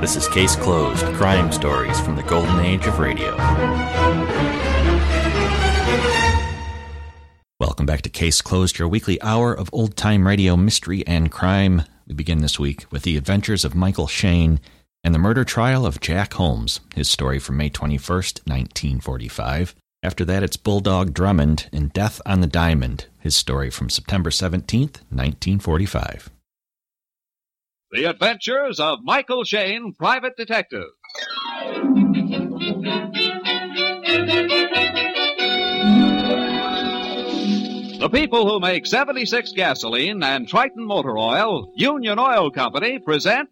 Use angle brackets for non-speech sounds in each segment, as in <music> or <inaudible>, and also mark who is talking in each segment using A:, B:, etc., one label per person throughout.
A: This is Case Closed Crime Stories from the Golden Age of Radio. Welcome back to Case Closed, your weekly hour of old time radio mystery and crime. We begin this week with the adventures of Michael Shane and the murder trial of Jack Holmes, his story from May 21st, 1945. After that, it's Bulldog Drummond and Death on the Diamond, his story from September 17th, 1945.
B: The Adventures of Michael Shane, Private Detective. The people who make 76 gasoline and Triton motor oil, Union Oil Company, present.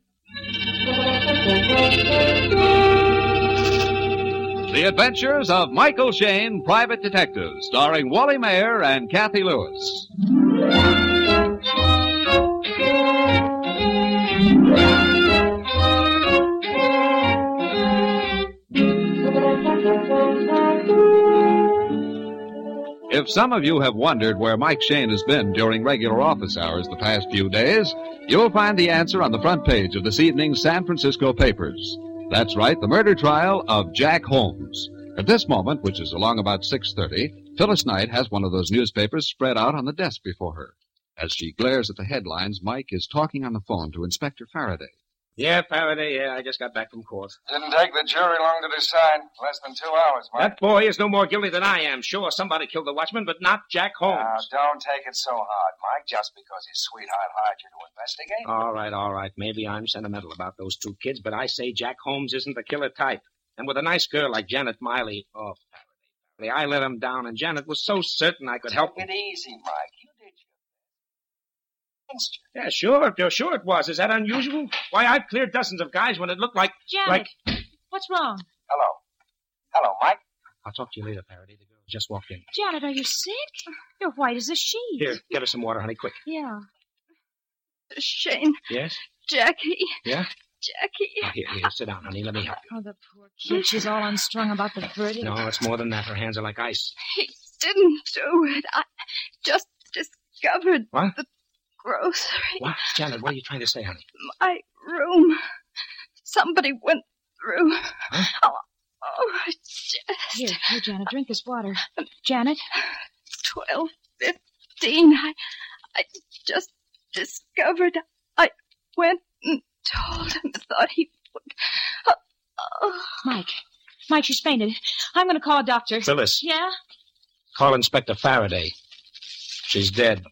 B: The Adventures of Michael Shane, Private Detective, starring Wally Mayer and Kathy Lewis. If some of you have wondered where Mike Shane has been during regular office hours the past few days, you'll find the answer on the front page of this evening's San Francisco papers. That's right, the murder trial of Jack Holmes. At this moment, which is along about 6:30, Phyllis Knight has one of those newspapers spread out on the desk before her. As she glares at the headlines, Mike is talking on the phone to Inspector Faraday.
C: Yeah, Faraday, yeah, I just got back from court.
D: Didn't take the jury long to decide. Less than two hours, Mike.
C: That boy is no more guilty than I am. Sure, somebody killed the watchman, but not Jack
D: Now,
C: Holmes.
D: don't take it so hard, Mike, just because his sweetheart hired you to investigate.
E: Oh.
C: All right, all right. Maybe I'm sentimental about those two kids, but I say Jack Holmes isn't the killer type. And with a nice girl like Janet Miley, oh, Faraday, I let him down, and Janet was so certain I could help
D: Take
C: him.
D: it easy, Mike. You did your best.
C: Yeah, sure, yeah, sure it was. Is that unusual? Why, I've cleared dozens of guys when it looked like.
F: Janet, what's wrong?
D: Hello. Hello, Mike.
C: I'll talk to you later, Faraday. The girl just walked in.
F: Janet, are you sick? You're white as a sheet.
C: Here, get her some water, honey, quick.
F: Yeah.
G: Shane,
C: Yes?
G: Jackie,
C: Yeah?
G: Jackie.
C: Oh, here, here, sit down, honey. Let me help
F: Oh, the
G: <laughs>
F: poor kid. She's all unstrung about the
C: you.
F: verdict.
C: No, it's more than that. Her hands are like ice.
G: He didn't do it. I just discovered
C: What?
G: the grocery,
C: What? Janet, what are you trying to say, honey?
G: my room. Somebody went through. Oh, oh, I
F: Here,
G: just
F: here, Janet, drink this water. Janet,
G: twelve fifteen. I, I just discovered. I went and told him. Thought he would. Oh,
F: Mike. Mike, she's fainted. I'm going to call a doctor.
C: Phyllis.
F: Yeah?
C: Call Inspector Faraday. She's dead.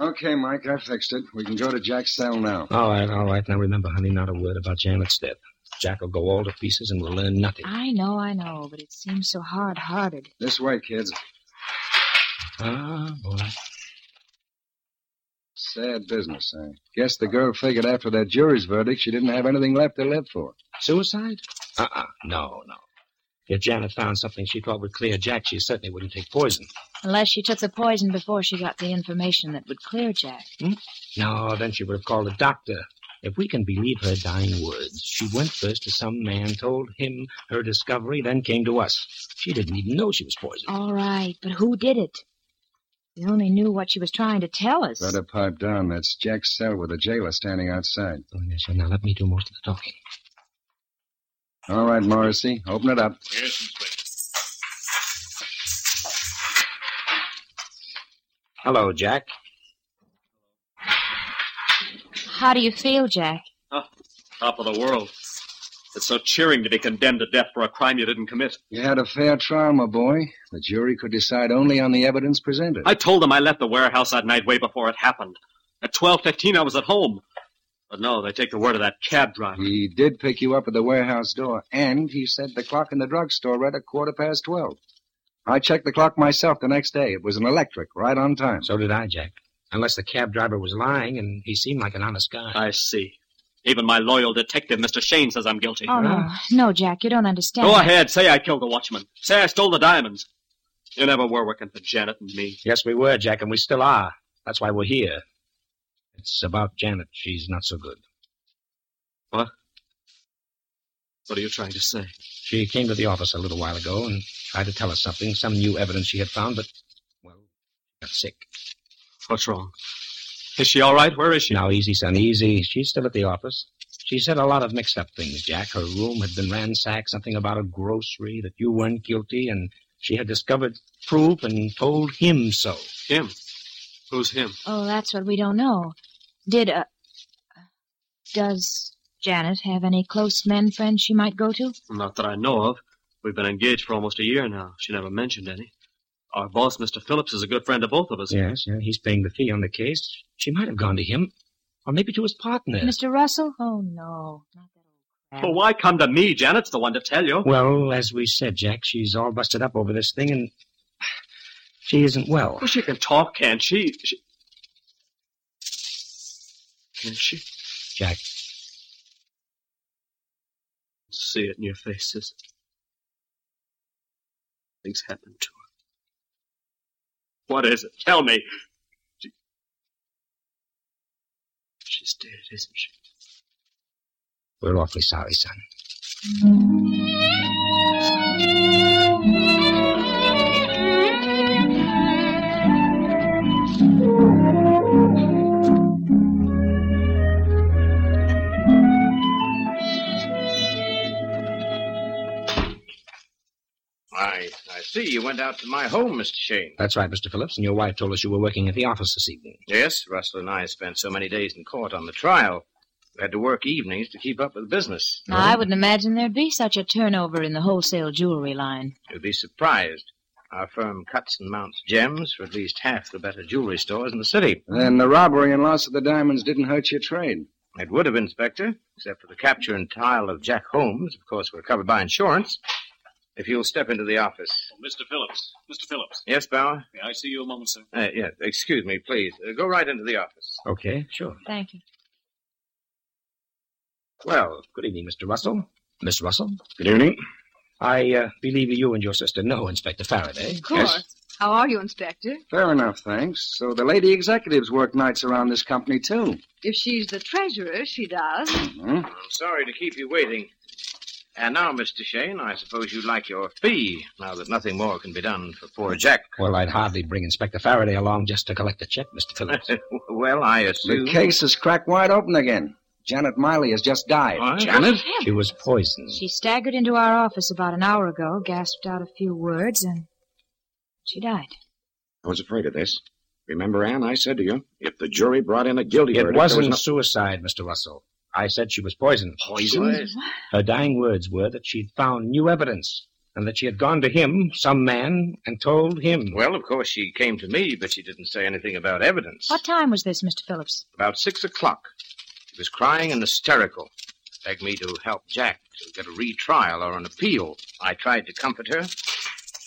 E: Okay, Mike, I fixed it. We can go to Jack's cell now.
C: All right, all right. Now remember, honey, not a word about Janet's death. Jack will go all to pieces and we'll learn nothing.
F: I know, I know, but it seems so hard hearted.
E: This way, kids.
C: Ah, boy.
E: Sad business, I guess the girl figured after that jury's verdict she didn't have anything left to live for.
C: Suicide? Uh-uh. No, no. If Janet found something she thought would clear Jack, she certainly wouldn't take poison.
F: Unless she took the poison before she got the information that would clear Jack.
C: No, then she would have called a doctor. If we can believe her dying words, she went first to some man, told him her discovery, then came to us. She didn't even know she was poisoned.
F: All right, but who did it? We only knew what she was trying to tell us.
E: Better pipe down. That's Jack's cell with the jailer standing outside.
C: Oh, yes, now let me do most of the talking.
E: All right, Morrissey, open it up.
C: Hello, Jack.
F: How do you feel, Jack?
H: Top of the world. It's so cheering to be condemned to death for a crime you didn't commit.
E: You had a fair trial, my boy. The jury could decide only on the evidence presented.
H: I told them I left the warehouse that night way before it happened. At 12.15, I was at home. But no, they take the word of that cab driver.
E: He did pick you up at the warehouse door, and he said the clock in the drugstore read a quarter past twelve. I checked the clock myself the next day. It was an electric, right on time.
C: So did I, Jack. Unless the cab driver was lying, and he seemed like an honest guy.
H: I see. Even my loyal detective, Mr. Shane, says I'm guilty.
F: Oh, no. No, Jack, you don't understand.
H: Go ahead, say I killed the watchman. Say I stole the diamonds. You never were working for Janet and me.
C: Yes, we were, Jack, and we still are. That's why we're here. It's about Janet. She's not so good.
H: What? What are you trying to say?
C: She came to the office a little while ago and tried to tell us something, some new evidence she had found, but, well, got sick.
H: What's wrong? Is she all right? Where is she?
C: Now, easy, son, easy. She's still at the office. She said a lot of mixed up things, Jack. Her room had been ransacked, something about a grocery, that you weren't guilty, and she had discovered proof and told him so.
H: Him. Who's him?
F: Oh, that's what we don't know. Did, uh, does Janet have any close men friends she might go to?
H: Not that I know of. We've been engaged for almost a year now. She never mentioned any. Our boss, Mr. Phillips, is a good friend of both of us.
C: Yes, yeah, he's paying the fee on the case. She might have gone to him, or maybe to his partner.
F: Mr. Russell? Oh, no. Not that old crap.
H: Well, why come to me? Janet's the one to tell you.
C: Well, as we said, Jack, she's all busted up over this thing, and she isn't well.
H: Well, she can talk, can't she? she... Can she?
C: Jack,
H: See it in your faces. Things happened to her. What is it? Tell me. She... She's dead, isn't she?
C: we're awfully sorry, son.
I: I, I see you went out to my home, Mr. Shane.
C: That's right, Mr. Phillips, and your wife told us you were working at the office this evening.
I: Yes, Russell and I spent so many days in court on the trial. We had to work evenings to keep up with the business.
F: Now, I wouldn't imagine there'd be such a turnover in the wholesale jewelry line.
I: You'd be surprised. Our firm cuts and mounts gems for at least half the better jewelry stores in the city.
E: Then the robbery and loss of the diamonds didn't hurt your trade.
I: It would have, Inspector, except for the capture and trial of Jack Holmes. Of course, we're covered by insurance. If you'll step into the office.
J: Oh, Mr. Phillips. Mr. Phillips.
I: Yes, Bauer?
J: May I see you a moment, sir?
I: Uh, yeah, excuse me, please. Uh, go right into the office.
C: Okay, sure.
F: Thank you.
C: Well, good evening, Mr. Russell. Miss Russell?
K: Good evening.
C: I uh, believe you and your sister know Inspector Faraday.
G: Of course. How are you, Inspector?
E: Fair enough, thanks. So the lady executives work nights around this company, too.
G: If she's the treasurer, she does.
E: Hmm?
I: I'm sorry to keep you waiting. And now, Mr. Shane, I suppose you'd like your fee, now that nothing more can be done for poor Jack.
C: Well, I'd hardly bring Inspector Faraday along just to collect a check, Mr. <laughs> Phillips.
I: well, I
E: The
I: assume.
E: case is cracked wide open again. Janet Miley has just died.
I: What?
E: Janet?
C: she was poisoned.
F: She staggered into our office about an hour ago, gasped out a few words, and she died.
K: I was afraid of this. Remember, Anne, I said to you, if the jury brought in a guilty
C: It
K: verdict, there was
C: wasn't suicide, Mr. Russell. I said she was poisoned.
I: Poison?
C: Her dying words were that she'd found new evidence and that she had gone to him, some man, and told him.
I: Well, of course, she came to me, but she didn't say anything about evidence.
F: What time was this, Mr. Phillips?
I: About six o'clock. She was crying and hysterical. Begged me to help Jack to get a retrial or an appeal. I tried to comfort her.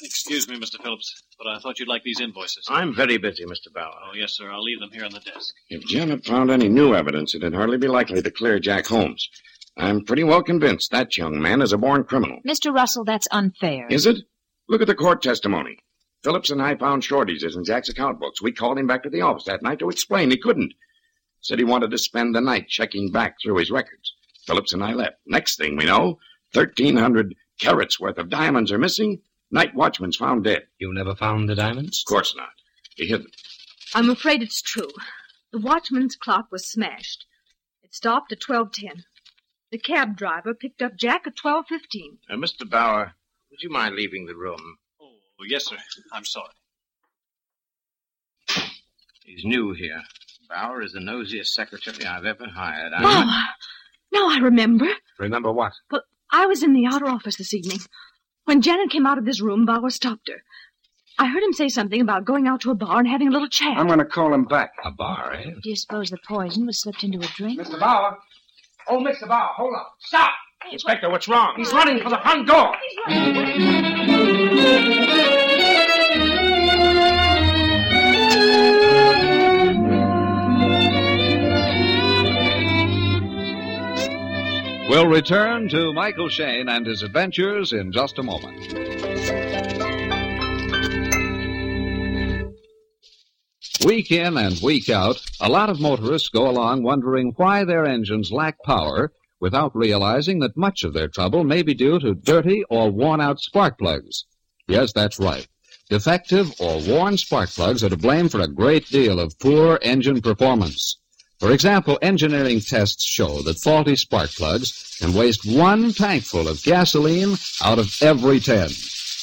J: Excuse me, Mr. Phillips, but I thought you'd like these invoices.
I: I'm very busy, Mr.
J: Oh,
I: Bauer.
J: yes, sir. I'll leave them here on the desk.
K: If Janet found any new evidence, it'd hardly be likely to clear Jack Holmes. I'm pretty well convinced that young man is a born criminal.
F: Mr. Russell, that's unfair.
K: Is it? Look at the court testimony. Phillips and I found shortages in Jack's account books. We called him back to the office that night to explain he couldn't. Said he wanted to spend the night checking back through his records. Phillips and I left. Next thing we know, 1,300 carats worth of diamonds are missing. Night watchman's found dead.
C: You never found the diamonds?
K: Of course not. He hid them.
G: I'm afraid it's true. The watchman's clock was smashed. It stopped at 12:10. The cab driver picked up Jack at 12:15.
I: Uh, Mr. Bauer, would you mind leaving the room?
J: Oh, yes, sir. I'm sorry.
I: He's new here. Bauer is the nosiest secretary I've ever hired. I-
G: Oh, now I remember.
C: Remember what?
G: I was in the outer office this evening. When Janet came out of this room, Bauer stopped her. I heard him say something about going out to a bar and having a little chat.
E: I'm going to call him back.
C: A bar, eh?
F: Do you suppose the poison was slipped into a drink?
E: Mr. Bauer? Oh, Mr. Bauer, hold up.
L: Stop! Inspector, what's wrong? He's running for the front door.
B: We'll return to Michael Shane and his adventures in just a moment. Week in and week out, a lot of motorists go along wondering why their engines lack power without realizing that much of their trouble may be due to dirty or worn out spark plugs. Yes, that's right. Defective or worn spark plugs are to blame for a great deal of poor engine performance. For example, engineering tests show that faulty spark plugs can waste one tankful of gasoline out of every ten,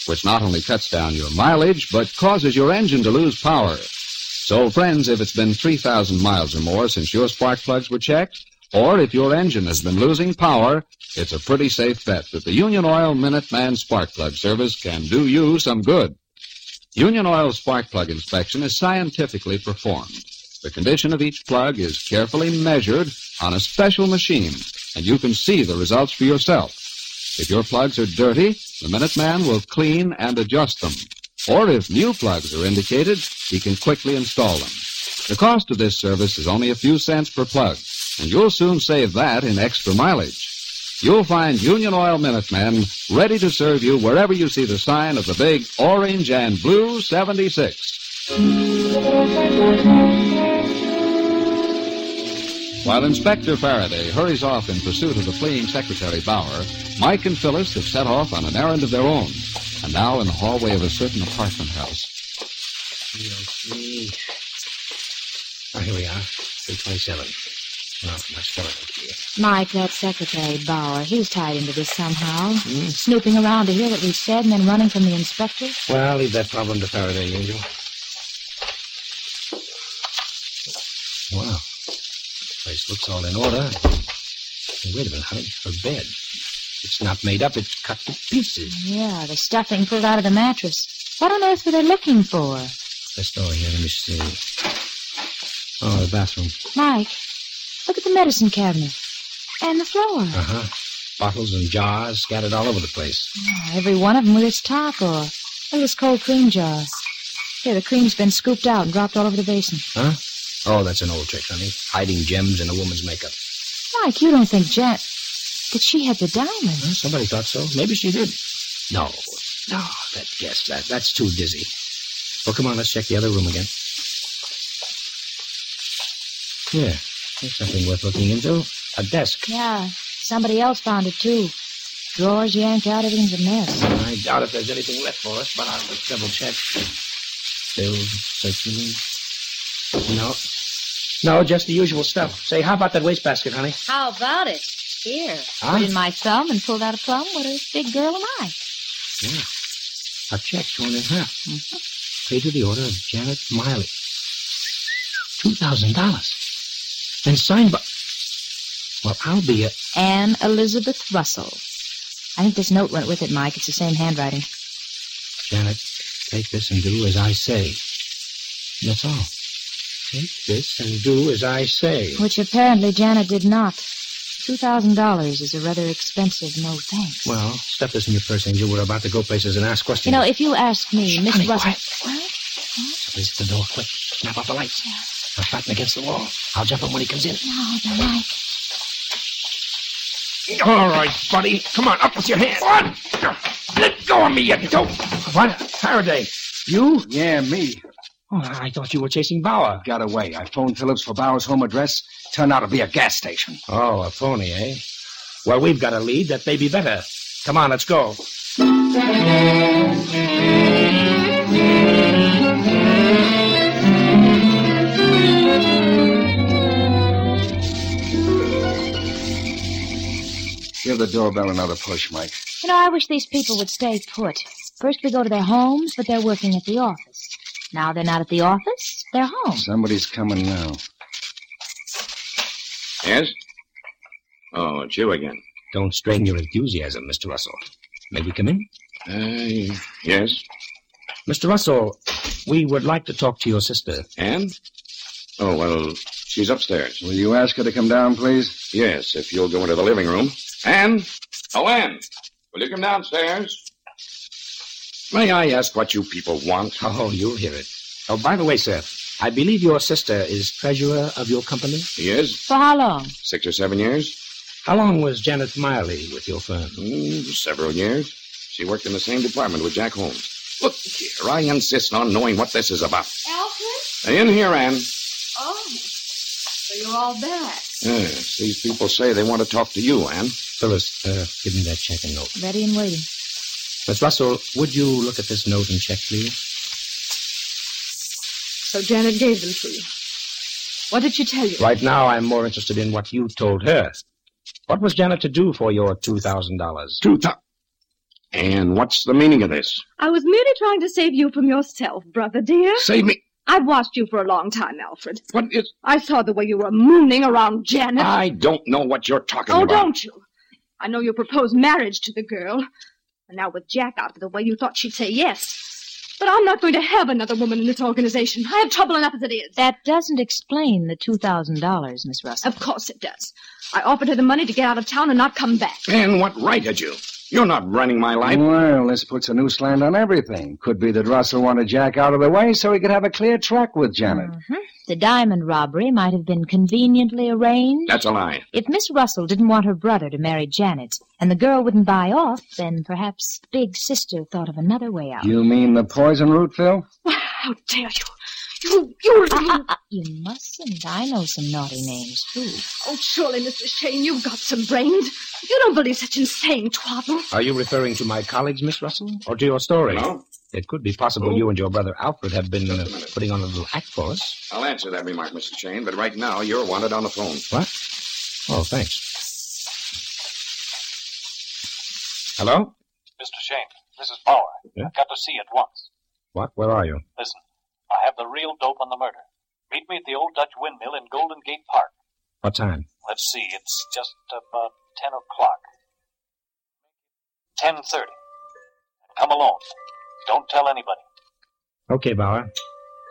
B: which not only cuts down your mileage, but causes your engine to lose power. So, friends, if it's been 3,000 miles or more since your spark plugs were checked, or if your engine has been losing power, it's a pretty safe bet that the Union Oil Minuteman Spark Plug Service can do you some good. Union Oil Spark Plug Inspection is scientifically performed. The condition of each plug is carefully measured on a special machine, and you can see the results for yourself. If your plugs are dirty, the Minuteman will clean and adjust them. Or if new plugs are indicated, he can quickly install them. The cost of this service is only a few cents per plug, and you'll soon save that in extra mileage. You'll find Union Oil Minutemen ready to serve you wherever you see the sign of the big orange and blue 76. While Inspector Faraday hurries off in pursuit of the fleeing Secretary Bauer, Mike and Phyllis have set off on an errand of their own, and now in the hallway of a certain apartment house.
C: Oh, here we are. 327. Not much better here.
M: Mike, that secretary, Bauer, he's tied into this somehow.
C: Hmm.
M: Snooping around to hear what we've said and then running from the inspector.
C: Well, leave that problem to Faraday, Angel. Wow. Place looks all in order. Hey, wait a minute, honey. Her bed. It's not made up. It's cut to pieces.
M: Yeah, the stuffing pulled out of the mattress. What on earth were they looking for?
C: Let's go here. Let me see. Oh, the bathroom.
M: Mike, look at the medicine cabinet. And the floor.
C: Uh huh. Bottles and jars scattered all over the place.
M: Oh, every one of them with its top or look at this cold cream jar. Here, the cream's been scooped out and dropped all over the basin.
C: Huh? Oh, that's an old trick, honey. Hiding gems in a woman's makeup.
M: Mike, you don't think Jack. Did she have the diamond?
C: Well, somebody thought so. Maybe she did. No. No, that guess that that's too dizzy. Well, come on, let's check the other room again. Yeah, there's something worth looking into. A desk.
M: Yeah, somebody else found it, too. Drawers yanked out, everything's a mess.
C: I doubt if there's anything left for us, but I'll just double check. Still searching. No. No, just the usual stuff. Say, how about that wastebasket, honey?
M: How about it? Here.
C: Huh?
M: Put in my thumb and pulled out a plum. What a big girl am I.
C: Yeah. A check, one and a half. Paid to the order of Janet Miley. $2,000. And signed by... Well, I'll be a...
M: Anne Elizabeth Russell. I think this note went with it, Mike. It's the same handwriting.
C: Janet, take this and do as I say. That's all. Take this and do as I say.
M: Which apparently Janet did not. $2,000 is a rather expensive no thanks.
C: Well, step this in your purse, Angel. We're about to go places and ask
M: You
C: questions.
M: know, if you ask me, Miss
C: honey,
M: Russell.
C: Somebody's at the door. Quick, snap off the lights. I'll flatten against the wall. I'll jump him when he comes in.
M: No, no, Mike.
L: All right, buddy. Come on, up with your hand. What? Let go of me, you dope.
C: What? Faraday. You?
D: Yeah, me.
C: Oh, I thought you were chasing Bauer.
D: Got away. I phoned Phillips for Bauer's home address. Turned out to be a gas station.
C: Oh, a phony, eh? Well, we've got a lead that may be better. Come on, let's go.
D: Give the doorbell another push, Mike.
M: You know, I wish these people would stay put. First we go to their homes, but they're working at the office. Now they're not at the office, they're home.
D: Somebody's coming now.
K: Yes? Oh, it's you again.
C: Don't strain your enthusiasm, Mr. Russell. May we come in?
K: Uh, yes.
C: Mr. Russell, we would like to talk to your sister.
K: And? Oh, well, she's upstairs.
D: Will you ask her to come down, please?
K: Yes, if you'll go into the living room. Anne? Oh, Anne, will you come downstairs? May I ask what you people want?
C: Oh, you'll hear it. Oh, by the way, sir, I believe your sister is treasurer of your company.
K: Yes,
M: For how long?
K: six or seven years?
C: How long was Janet Miley with your firm?
K: Mm, several years. She worked in the same department with Jack Holmes. Look here, I insist on knowing what this is about.
G: Alfred?
K: In here, Anne.
G: Oh. So you're all back.
K: Yes, these people say they want to talk to you, Ann.
C: Phyllis, uh, give me that check and note.
F: Ready and waiting.
C: Miss Russell, would you look at this note and check, please?
G: So Janet gave them to you. What did she tell you?
C: Right now, I'm more interested in what you told her. What was Janet to do for your $2,000?
K: Two thou- Ann, what's the meaning of this?
G: I was merely trying to save you from yourself, brother dear.
K: Save me?
G: I've watched you for a long time, Alfred.
K: What is.
G: I saw the way you were mooning around Janet.
K: I don't know what you're talking
G: Oh,
K: about.
G: don't you? I know you proposed marriage to the girl. And now with Jack out of the way, you thought she'd say yes. But I'm not going to have another woman in this organization. I have trouble enough as it is.
F: That doesn't explain the $2,000, Miss Russell.
G: Of course it does. I offered her the money to get out of town and not come back.
K: Ann, what right had you? You're not running my life.
E: Well, this puts a new slant on everything. Could be that Russell wanted Jack out of the way so he could have a clear track with Janet.
F: The diamond robbery might have been conveniently arranged.
K: That's a lie.
F: If Miss Russell didn't want her brother to marry Janet and the girl wouldn't buy off, then perhaps Big Sister thought of another way out.
E: You mean the poison root, Phil?
G: How dare you? You, you.
F: Ah, you mustn't. I know some naughty names, too.
G: Oh, surely, Mr. Shane, you've got some brains. You don't believe such insane twaddle.
C: Are you referring to my colleagues, Miss Russell, or to your story?
K: No. Oh.
C: It could be possible you and your brother Alfred have been uh, putting on a little act for us.
K: I'll answer that remark, Mr. Shane, but right now you're wanted on the phone.
C: What? Oh, thanks. Hello?
D: Mr. Shane, Mrs. Power.
C: Yeah?
D: I've got to see you at once.
C: What? Where are you?
D: Listen, I have the real dope on the murder. Meet me at the old Dutch windmill in Golden Gate Park.
C: What time?
D: Let's see, it's just about 10 o'clock. 10.30. Come alone. Don't tell anybody.
C: Okay, Bauer.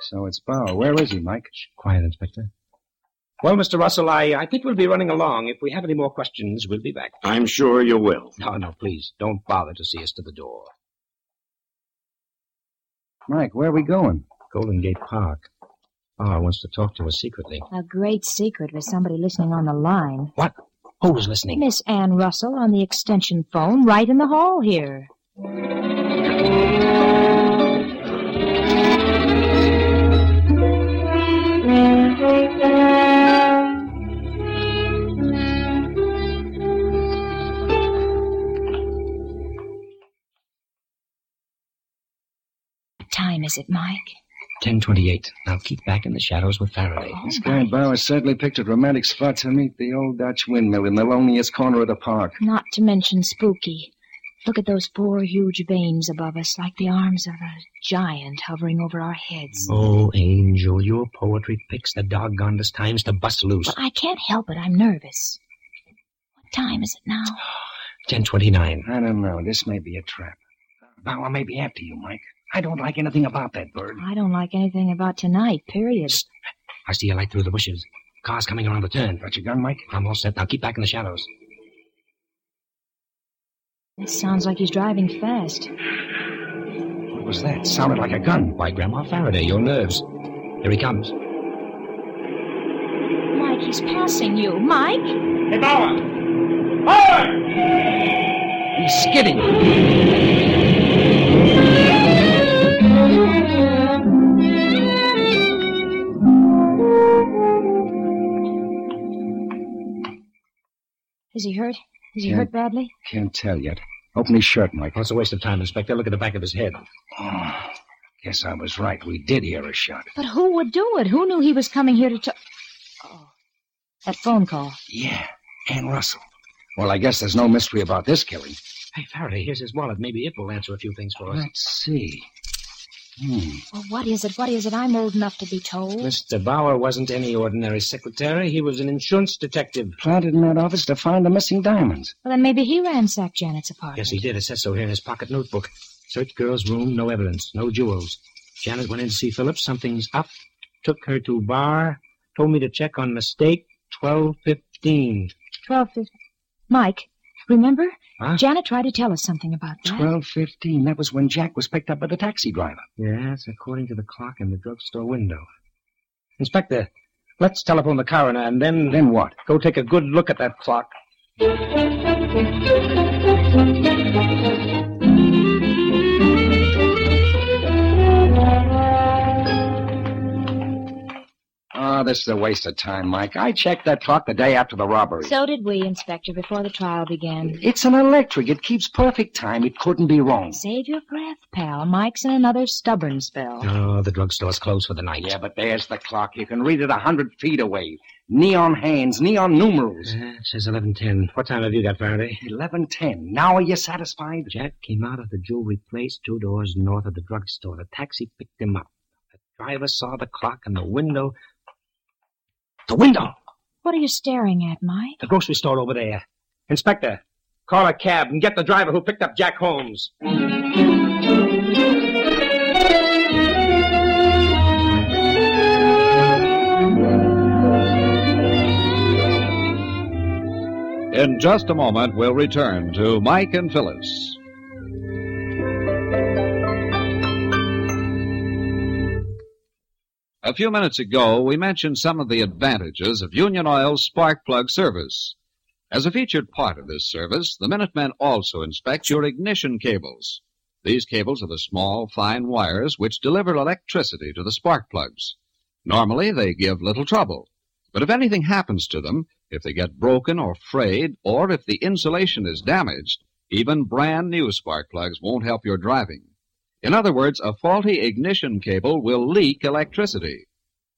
E: So it's Bauer. Where is he, Mike?
C: Quiet, Inspector. Well, Mr. Russell, I, I think we'll be running along. If we have any more questions, we'll be back.
K: I'm sure you will.
C: No, no, please. Don't bother to see us to the door.
E: Mike, where are we going?
C: Golden Gate Park. Bauer wants to talk to us secretly.
F: A great secret with somebody listening on the line.
C: What? Who's listening?
F: Miss Ann Russell on the extension phone right in the hall here. What time is it, Mike?
C: 1028. Now keep back in the shadows with Faraday.
E: This guy Bauer certainly picked a romantic spot to meet the old Dutch windmill in the loneliest corner of the park.
F: Not to mention spooky. Look at those four huge veins above us, like the arms of a giant hovering over our heads.
C: Oh, Angel, your poetry picks the doggonest times to bust loose.
F: But I can't help it. I'm nervous. What time is it now?
C: 1029.
E: I don't know. This may be a trap. Bauer may be after you, Mike. I don't like anything about that bird.
F: I don't like anything about tonight, period.
C: I see a light through the bushes. Car's coming around the turn.
E: Got your gun, Mike?
C: I'm all set. Now keep back in the shadows.
F: It sounds like he's driving fast.
E: What was that? Sounded like a gun.
C: Why, Grandma Faraday, your nerves. Here he comes.
F: Mike, he's passing you. Mike?
L: Hey, Bauer! Bauer!
E: He's skidding.
F: Is he hurt? Is he
E: Yeah.
F: hurt badly?
E: Can't tell yet. Open his shirt, Mike.
C: Oh, it's a waste of time, Inspector. Look at the back of his head.
E: Oh, guess I was right. We did hear a shot.
F: But who would do it? Who knew he was coming here to talk? Oh, that phone call.
E: Yeah, Ann Russell. Well, I guess there's no mystery about this killing.
C: Hey, Faraday, here's his wallet. Maybe it will answer a few things for us.
E: Let's see. Hmm.
F: Well, what is it? What is it? I'm old enough to be told.
C: Mr. Bauer wasn't any ordinary secretary. He was an insurance detective.
E: Planted in that office to find the missing diamonds.
F: Well, then maybe he ransacked Janet's apartment.
C: Yes, he did. It says so here in his pocket notebook. Search girl's room, no evidence, no jewels. Janet went in to see Phillips. Something's up. Took her to bar. Told me to check on mistake. Twelve fifteen.
F: Twelve fifty. Mike, remember?
C: Huh?
F: Janet tried to tell us something about that.
E: Twelve fifteen. That was when Jack was picked up by the taxi driver.
C: Yes, according to the clock in the drugstore window. Inspector, let's telephone the coroner and then
E: Then what?
C: go take a good look at that clock.
E: Ah, the this is a waste of time, Mike. I checked that clock the day after the robbery.
F: So did we, Inspector, before the trial began.
E: It's an electric. It keeps perfect time. It couldn't be wrong.
F: Save your breath, pal. Mike's in another stubborn spell.
C: Oh, the drugstore's closed for the night.
E: Yeah, but there's the clock. You can read it a hundred feet away. Neon hands, neon numerals.
C: It says 11.10. What time have you got, Faraday?
E: 11.10. Now are you satisfied?
C: Jack came out of the jewelry place two doors north of the drugstore. The taxi picked him up. The driver saw the clock in the window. The window!
F: What are you staring at, Mike?
C: The grocery store over there. Inspector, call a cab and get the driver who picked up Jack Holmes.
B: In just a moment, we'll return to Mike and Phyllis. A few minutes ago, we mentioned some of the advantages of Union Oil's spark plug service. As a featured part of this service, the Minutemen also inspect your ignition cables. These cables are the small, fine wires which deliver electricity to the spark plugs. Normally, they give little trouble. But if anything happens to them, if they get broken or frayed, or if the insulation is damaged, even brand new spark plugs won't help your driving. In other words, a faulty ignition cable will leak electricity.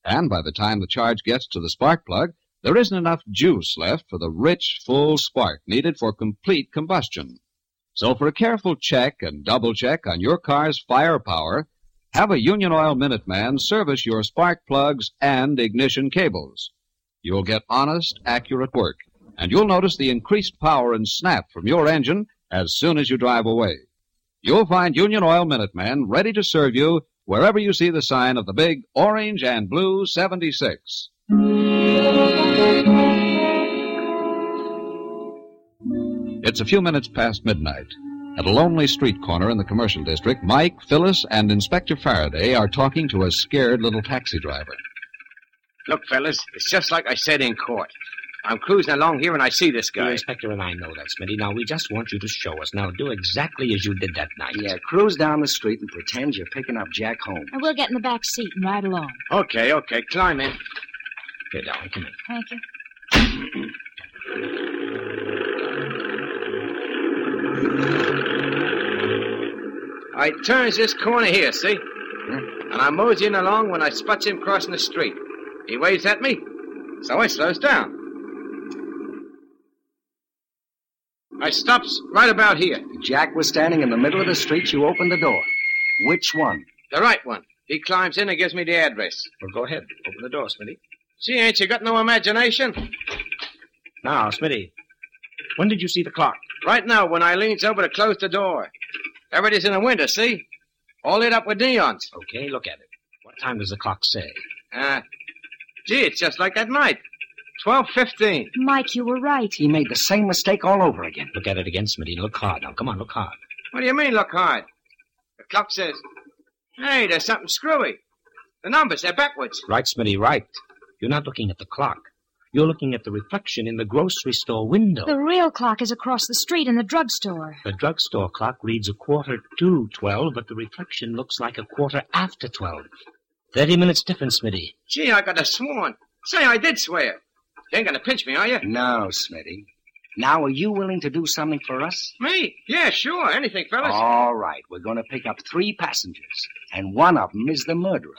B: And by the time the charge gets to the spark plug, there isn't enough juice left for the rich, full spark needed for complete combustion. So for a careful check and double check on your car's firepower, have a Union Oil Minuteman service your spark plugs and ignition cables. You'll get honest, accurate work, and you'll notice the increased power and snap from your engine as soon as you drive away. You'll find Union Oil Minuteman ready to serve you wherever you see the sign of the big orange and blue 76. It's a few minutes past midnight. At a lonely street corner in the commercial district, Mike, Phyllis, and Inspector Faraday are talking to a scared little taxi driver.
I: Look, fellas, it's just like I said in court. I'm cruising along here and I see this
C: The
I: guy.
C: inspector and I know that, Smitty. Now, we just want you to show us. Now, do exactly as you did that night.
E: Yeah, cruise down the street and pretend you're picking up Jack Holmes.
F: And we'll get in the back seat and ride along.
I: Okay, okay, climb in.
C: Here, darling, come in.
F: Thank you.
I: I turns this corner here, see?
C: Hmm?
I: And I mows in along when I spots him crossing the street. He waves at me, so I slows down. I stops right about here.
E: Jack was standing in the middle of the street. You opened the door. Which one?
I: The right one. He climbs in and gives me the address.
C: Well, go ahead. Open the door, Smitty.
I: Gee, ain't you got no imagination?
C: Now, Smitty, when did you see the clock?
I: Right now, when I leans over to close the door, everybody's in the window, see? All lit up with neons.
C: Okay, look at it. What time does the clock say?
I: Uh, gee, it's just like that night. Twelve fifteen.
F: Mike, you were right.
E: He made the same mistake all over again.
C: Look at it again, Smitty. Look hard. Now, come on, look hard.
I: What do you mean, look hard? The clock says, hey, there's something screwy. The numbers, they're backwards.
C: Right, Smitty, right. You're not looking at the clock. You're looking at the reflection in the grocery store window.
F: The real clock is across the street in the drugstore.
C: The drugstore clock reads a quarter to twelve, but the reflection looks like a quarter after twelve. Thirty minutes difference, Smitty.
I: Gee, I got to sworn. Say, I did swear. You ain't gonna pinch me, are you?
E: No, Smitty. Now, are you willing to do something for us?
I: Me? Yeah, sure. Anything, fellas.
E: All right, we're going to pick up three passengers, and one of them is the murderer.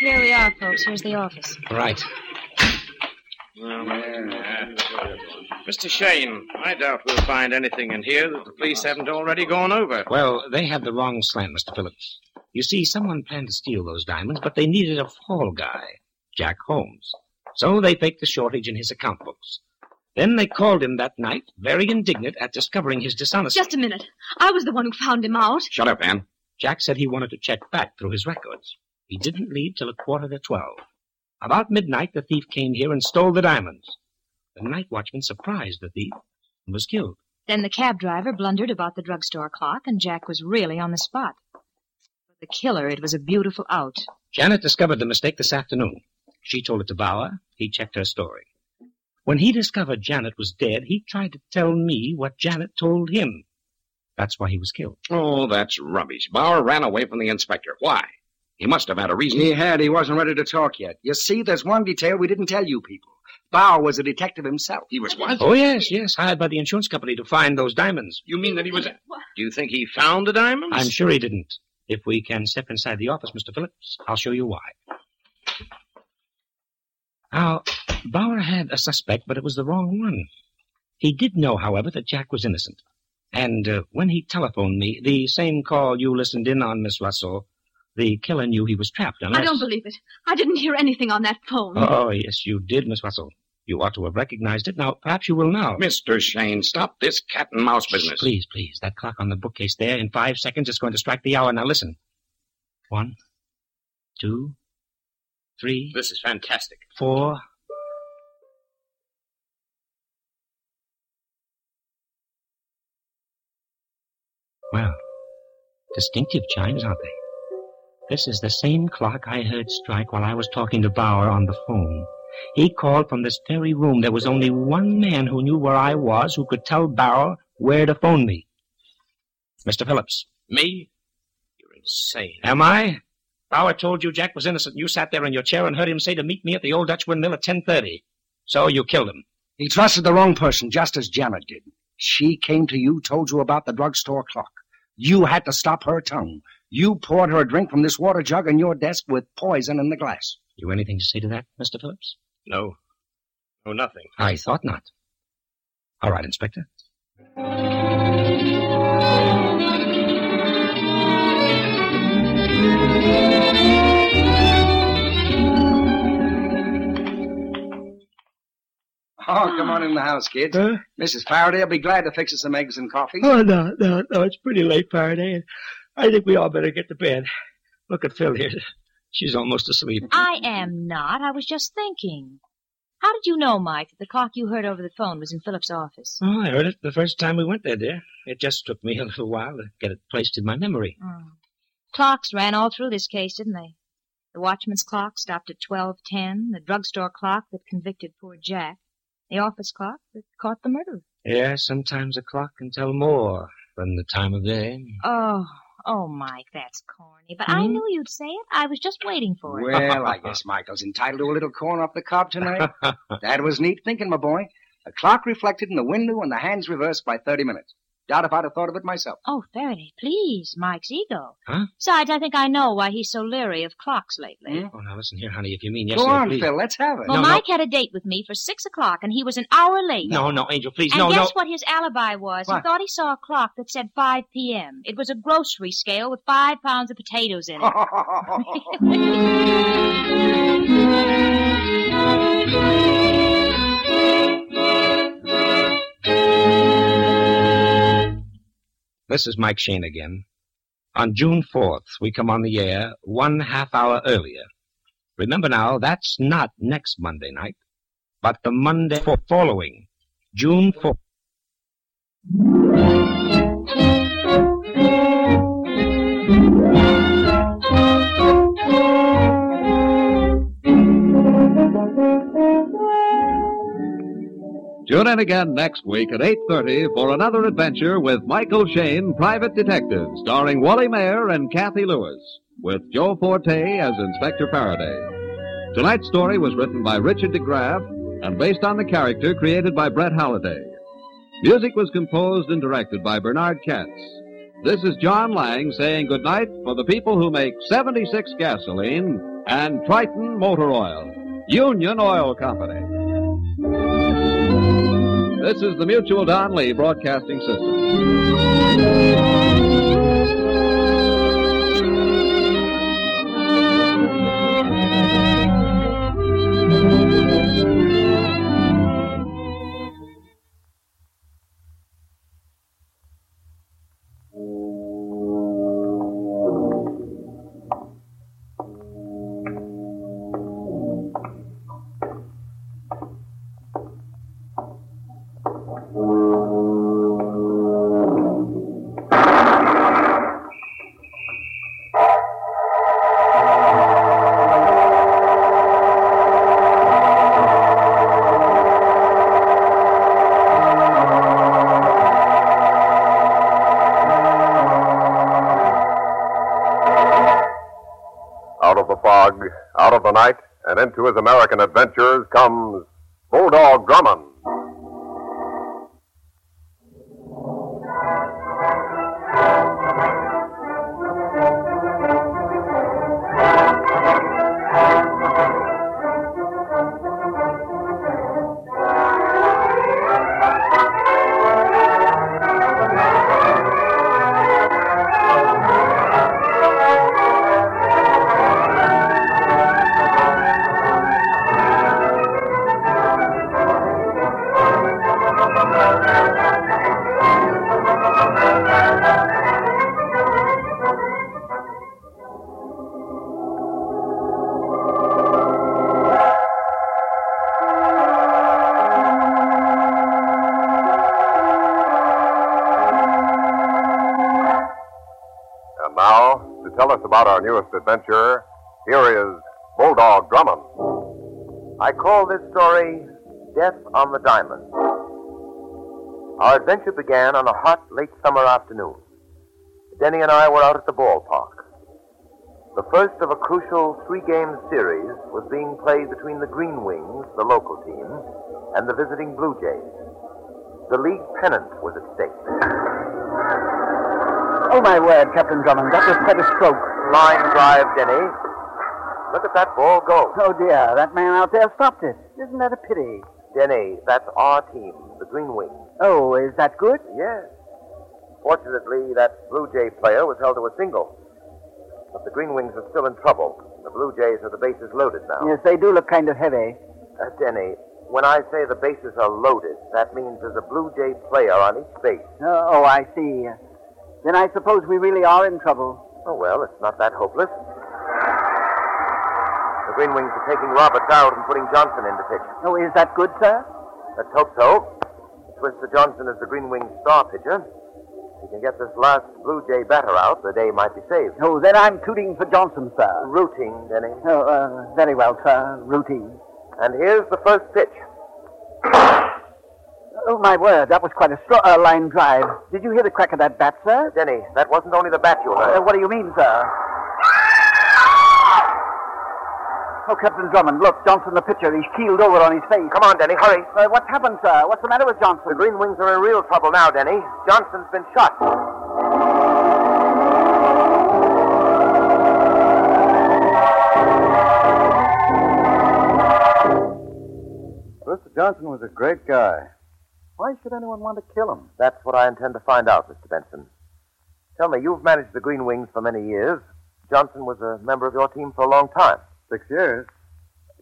F: Here we are, folks. Here's the office.
C: Right.
I: Mr. Uh, Shane, I doubt we'll find anything in here that the police haven't already gone over.
C: Well, they had the wrong slant, Mr. Phillips. You see, someone planned to steal those diamonds, but they needed a fall guy, Jack Holmes. So they faked the shortage in his account books. Then they called him that night, very indignant at discovering his dishonesty.
G: Just a minute. I was the one who found him out.
K: Shut up, Ann.
C: Jack said he wanted to check back through his records. He didn't leave till a quarter to twelve. About midnight, the thief came here and stole the diamonds. The night watchman surprised the thief and was killed.
F: Then the cab driver blundered about the drugstore clock, and Jack was really on the spot. For the killer, it was a beautiful out.
C: Janet discovered the mistake this afternoon. She told it to Bauer. He checked her story. When he discovered Janet was dead, he tried to tell me what Janet told him. That's why he was killed.
K: Oh, that's rubbish. Bauer ran away from the inspector. Why? He must have had a reason.
E: He had. He wasn't ready to talk yet. You see, there's one detail we didn't tell you people. Bauer was a detective himself.
K: He was what?
C: Oh, yes, yes, hired by the insurance company to find those diamonds.
K: You mean that he was.
I: Do you think he found the diamonds?
C: I'm sure he didn't. If we can step inside the office, Mr. Phillips, I'll show you why. Now, Bauer had a suspect, but it was the wrong one. He did know, however, that Jack was innocent. And uh, when he telephoned me, the same call you listened in on, Miss Russell, the killer knew he was trapped unless...
G: I don't believe it. I didn't hear anything on that phone.
C: Oh, yes, you did, Miss Russell. You ought to have recognized it. Now, perhaps you will now.
K: Mr. Shane, stop this cat and mouse business.
C: Please, please. That clock on the bookcase there, in five seconds, it's going to strike the hour. Now, listen. One, two, three,
I: This is fantastic.
C: four. Well, distinctive chimes, aren't they? This is the same clock I heard strike while I was talking to Bauer on the phone. He called from this very room. There was only one man who knew where I was who could tell Bauer where to phone me. Mr. Phillips.
I: Me? You're insane.
C: Am I? Bauer told you Jack was innocent. and You sat there in your chair and heard him say to meet me at the old Dutch windmill at 10.30. So you killed him.
E: He trusted the wrong person, just as Janet did. She came to you, told you about the drugstore clock. You had to stop her tongue. You poured her a drink from this water jug on your desk with poison in the glass.
C: You anything to say to that, Mr. Phillips?
I: No. No, nothing.
C: I thought not. All right, Inspector.
E: Oh, come on in the house, kids.
N: Huh?
E: Mrs. Faraday will be glad to fix us some eggs and coffee.
N: Oh, no, no, no. It's pretty late, Faraday. And I think we all better get to bed. Look at Phil here. She's almost asleep.
F: I am not. I was just thinking. How did you know, Mike, that the clock you heard over the phone was in Philip's office?
C: Oh, I heard it the first time we went there, dear. It just took me a little while to get it placed in my memory.
F: Mm. Clocks ran all through this case, didn't they? The watchman's clock stopped at 12:10, the drugstore clock that convicted poor Jack, the office clock that caught the murderer.
C: Yeah, sometimes a clock can tell more than the time of day.
E: Mm.
F: Oh, oh, Mike, that's corny. But I
E: Hmm?
F: knew you'd say it. I was just waiting for it. <laughs>
E: Well, I guess Michael's entitled to a little corn off the cob tonight. that was neat thinking, my boy. The clock reflected in the window and the hands reversed by 30 minutes. Doubt if I'd have thought of it myself.
F: Oh, Faraday, please, Mike's ego.
C: Huh?
F: Besides, I think I know why he's so leery of clocks lately.
C: Oh, now listen here, honey. If you mean yes,
E: Hmm? Go
C: dear,
E: on,
C: please.
E: Phil. Let's have it.
F: Well, Mike had a date with me for six o'clock, and he was an hour late.
C: No, no, Angel, please,
F: and
C: no,
F: guess
C: no.
F: what his alibi was? He
C: What?
F: thought he saw a clock that said 5 p.m. It was a grocery scale with five pounds of potatoes in
C: <laughs>
F: <laughs> it.
C: This is Mike Shane again. On June 4th, we come on the air one half hour earlier. Remember now, that's not next Monday night, but the Monday fo- following, June 4th.
B: Tune in again next week at 8.30 for another adventure with Michael Shane, Private Detective, starring Wally Mayer and Kathy Lewis, with Joe Forte as Inspector Faraday. Tonight's story was written by Richard DeGraff and based on the character created by Brett Halliday. Music was composed and directed by Bernard Katz. This is John Lang saying goodnight for the people who make 76 gasoline and Triton Motor Oil, Union Oil Company. This is the Mutual Don Lee Broadcasting System.
O: out of the fog, out of the night, and into his American adventures comes Bulldog Drummond. And now, to tell us about our newest adventure, here is Bulldog Drummond.
P: I call this story Death on the Diamond. Our adventure began on a hot late summer afternoon. Denny and I were out at the ballpark. The first of a crucial three game series was being played between the Green Wings, the local team, and the visiting Blue Jays. The league pennant was at stake.
Q: Oh, my word, Captain Drummond, that was quite a stroke.
P: Line drive, Denny. Look at that ball go.
Q: Oh, dear, that man out there stopped it. Isn't that a pity?
P: Denny, that's our team, the Green Wings.
Q: Oh, is that good?
P: Yes. Fortunately, that Blue Jay player was held to a single. But the Green Wings are still in trouble. The Blue Jays have the bases loaded now.
Q: Yes, they do look kind of heavy.
P: Uh, Denny, when I say the bases are loaded, that means there's a Blue Jay player on each base.
Q: Oh, oh, I see. Then I suppose we really are in trouble.
P: Oh, well, it's not that hopeless. The Green Wings are taking Roberts out and putting Johnson into pitch.
Q: Oh, is that good, sir?
P: Let's hope so. Twister Johnson is the Green Wings star pitcher. If he can get this last Blue Jay batter out, the day might be saved.
Q: Oh, then I'm tooting for Johnson, sir.
P: Rooting, Denny.
Q: Oh, uh, very well, sir. Rooting.
P: And here's the first pitch.
Q: <coughs> Oh, my word, that was quite a stro- uh, line drive. Did you hear the crack of that bat, sir?
P: Denny, that wasn't only the bat you heard.
Q: Uh, what do you mean, sir? Oh, Captain Drummond, look, Johnson the pitcher. He's keeled over on his face.
P: Come on, Denny, hurry.
Q: Uh, what's happened, sir? What's the matter with Johnson?
P: The Green Wings are in real trouble now, Denny. Johnson's been shot.
R: Mr. Johnson was a great guy. Why should anyone want to kill him?
P: That's what I intend to find out, Mr. Benson. Tell me, you've managed the Green Wings for many years. Johnson was a member of your team for a long time.
R: Six years.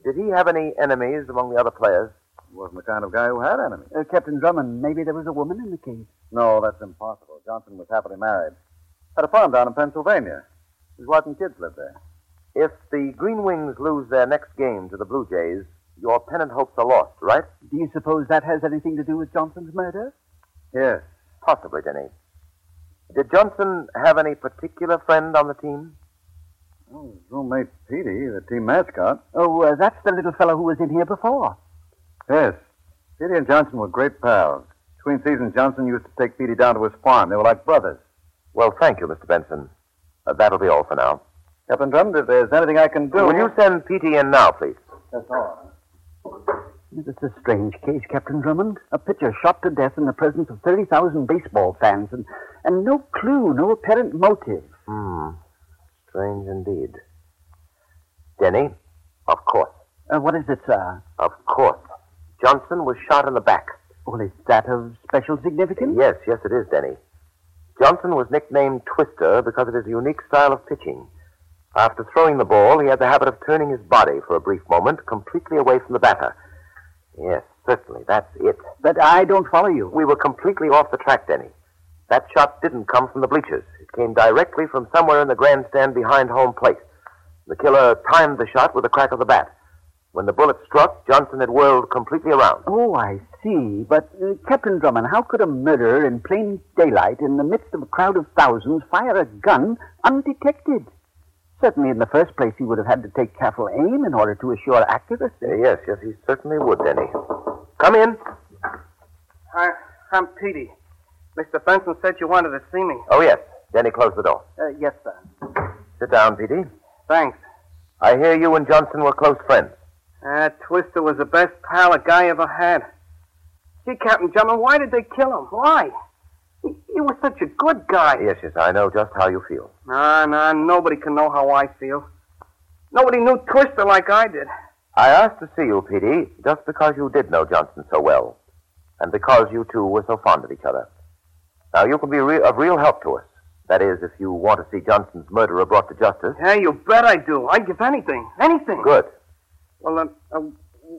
P: Did he have any enemies among the other players?
R: Wasn't the kind of guy who had enemies.
Q: Uh, Captain Drummond, maybe there was a woman in the case.
R: No, that's impossible. Johnson was happily married. Had a farm down in Pennsylvania. His wife and kids lived there.
P: If the Green Wings lose their next game to the Blue Jays, your pennant hopes are lost, right?
Q: Do you suppose that has anything to do with Johnson's murder?
R: Yes.
P: Possibly, Denny. Did Johnson have any particular friend on the team?
R: Oh, his roommate Petey, the team mascot.
Q: Oh, uh, that's the little fellow who was in here before.
R: Yes. Petey and Johnson were great pals. Between seasons, Johnson used to take Petey down to his farm. They were like brothers.
P: Well, thank you, Mr. Benson. Uh, that'll be all for now.
R: Captain Drummond, if there's anything I can do.
P: Will you send Petey in now, please?
R: That's all.
Q: This is a strange case, Captain Drummond. A pitcher shot to death in the presence of 30,000 baseball fans and, and no clue, no apparent motive.
P: Hmm. Strange indeed. Denny, of course.
Q: Uh, what is it, sir?
P: Of course. Johnson was shot in the back.
Q: Well, is that of special significance?
P: Yes, yes, it is, Denny. Johnson was nicknamed Twister because of his unique style of pitching. After throwing the ball, he had the habit of turning his body for a brief moment completely away from the batter. Yes, certainly, that's it.
Q: But I don't follow you.
P: We were completely off the track, Denny. That shot didn't come from the bleachers. It came directly from somewhere in the grandstand behind home plate. The killer timed the shot with a crack of the bat. When the bullet struck, Johnson had whirled completely around.
Q: Oh, I see. But, uh, Captain Drummond, how could a murderer in plain daylight, in the midst of a crowd of thousands, fire a gun undetected? Certainly, in the first place, he would have had to take careful aim in order to assure accuracy.
P: Uh, yes, yes, he certainly would, Denny. Come in.
S: I, I'm Petey. Mr. Benson said you wanted to see me.
P: Oh, yes. Denny, close the door.
S: Uh, yes, sir.
P: Sit down, Petey.
S: Thanks.
P: I hear you and Johnson were close friends.
S: Ah, Twister was the best pal a guy ever had. Gee, Captain Jumpman, why did they kill him? Why? He, he was such a good guy.
P: Yes, yes, I know just how you feel.
S: Nah, nah, nobody can know how I feel. Nobody knew Twister like I did.
P: I asked to see you, Petey, just because you did know Johnson so well, and because you two were so fond of each other. Now, you can be re- of real help to us. That is, if you want to see Johnson's murderer brought to justice.
S: Yeah, you bet I do. I'd give anything. Anything.
P: Good.
S: Well, um, uh,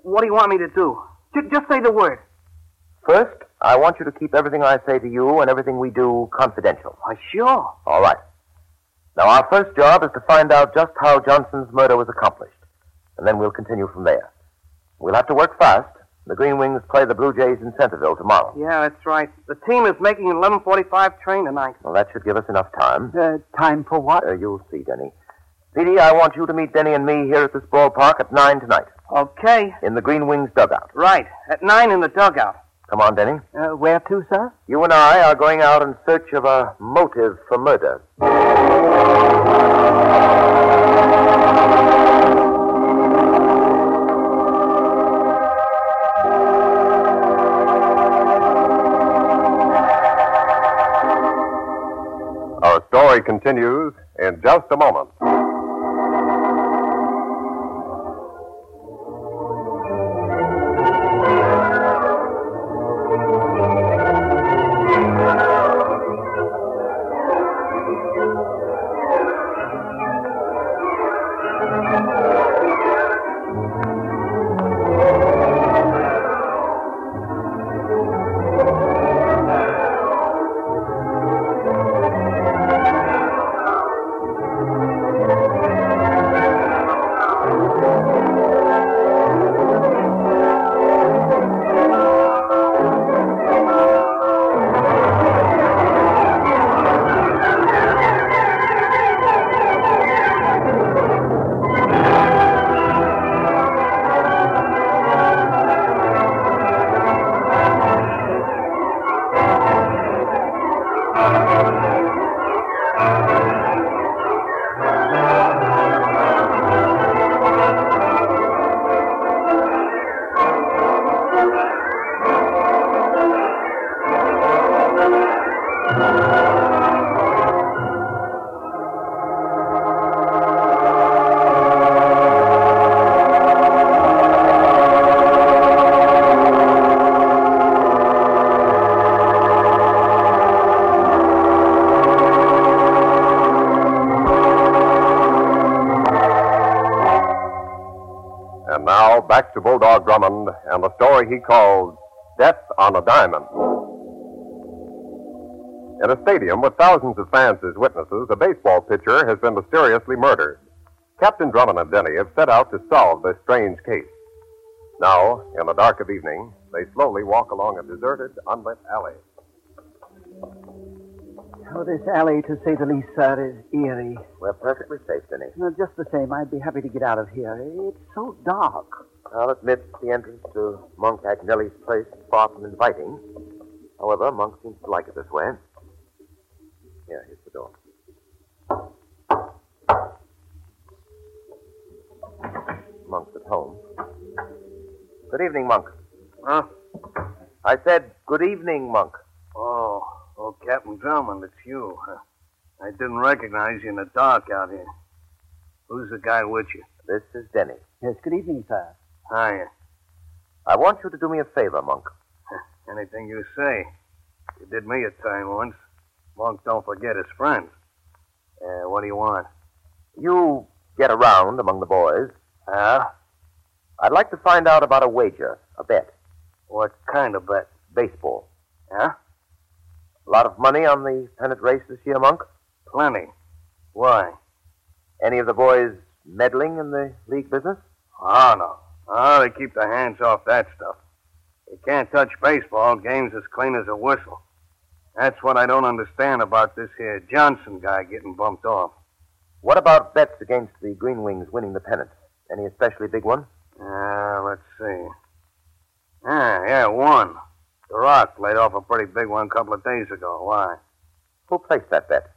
S: what do you want me to do? J- just say the word.
P: First, I want you to keep everything I say to you and everything we do confidential.
S: Why, sure.
P: All right. Now, our first job is to find out just how Johnson's murder was accomplished, and then we'll continue from there. We'll have to work fast. The Green Wings play the Blue Jays in Centerville tomorrow.
S: Yeah, that's right. The team is making an 11:45 train tonight.
P: Well, that should give us enough time.
Q: Uh, time for what?
P: Uh, you'll see, Denny. Petey, I want you to meet Denny and me here at this ballpark at 9 tonight.
S: Okay.
P: In the Green Wings dugout.
S: Right. At nine in the dugout.
P: Come on, Denny.
Q: Uh, where to, sir?
P: You and I are going out in search of a motive for murder.
O: Our story continues in just a moment. And now back to Bulldog Drummond and the story he called Death on a Diamond. In a stadium with thousands of fans as witnesses, a baseball pitcher has been mysteriously murdered. Captain Drummond and Denny have set out to solve this strange case. Now, in the dark of evening, they slowly walk along a deserted, unlit alley.
Q: Oh, this alley, to say the least, sir, is eerie.
P: We're perfectly safe, Denny.
Q: No, just the same, I'd be happy to get out of here. It's so dark.
P: I'll admit the entrance to Monk Agnelli's place is far from inviting. However, Monk seems to like it this way. Here, here's the door. Monk's at home. Good evening, Monk.
S: Huh?
P: I said, good evening, Monk.
S: Oh, oh, Captain Drummond, it's you. huh? I didn't recognize you in the dark out here. Who's the guy with you?
P: This is Denny.
Q: Yes, good evening, sir.
S: Hiya.
P: I want you to do me a favor, Monk.
S: <laughs> Anything you say. You did me a time once. Monk don't forget his friends. Uh, what do you want?
P: You get around among the boys.
S: Huh?
P: I'd like to find out about a wager, a bet.
S: What kind of bet?
P: Baseball.
S: Huh?
P: A lot of money on the pennant race this year, Monk?
S: Plenty. Why?
P: Any of the boys meddling in the league business?
S: Oh, no. Oh, they keep their hands off that stuff. They can't touch baseball. Game's as clean as a whistle. That's what I don't understand about this here Johnson guy getting bumped off.
P: What about bets against the Green Wings winning the pennant? Any especially big one?
S: Uh, let's see. Ah, yeah, one. The Rock laid off a pretty big one a couple of days ago. Why?
P: Who placed that bet?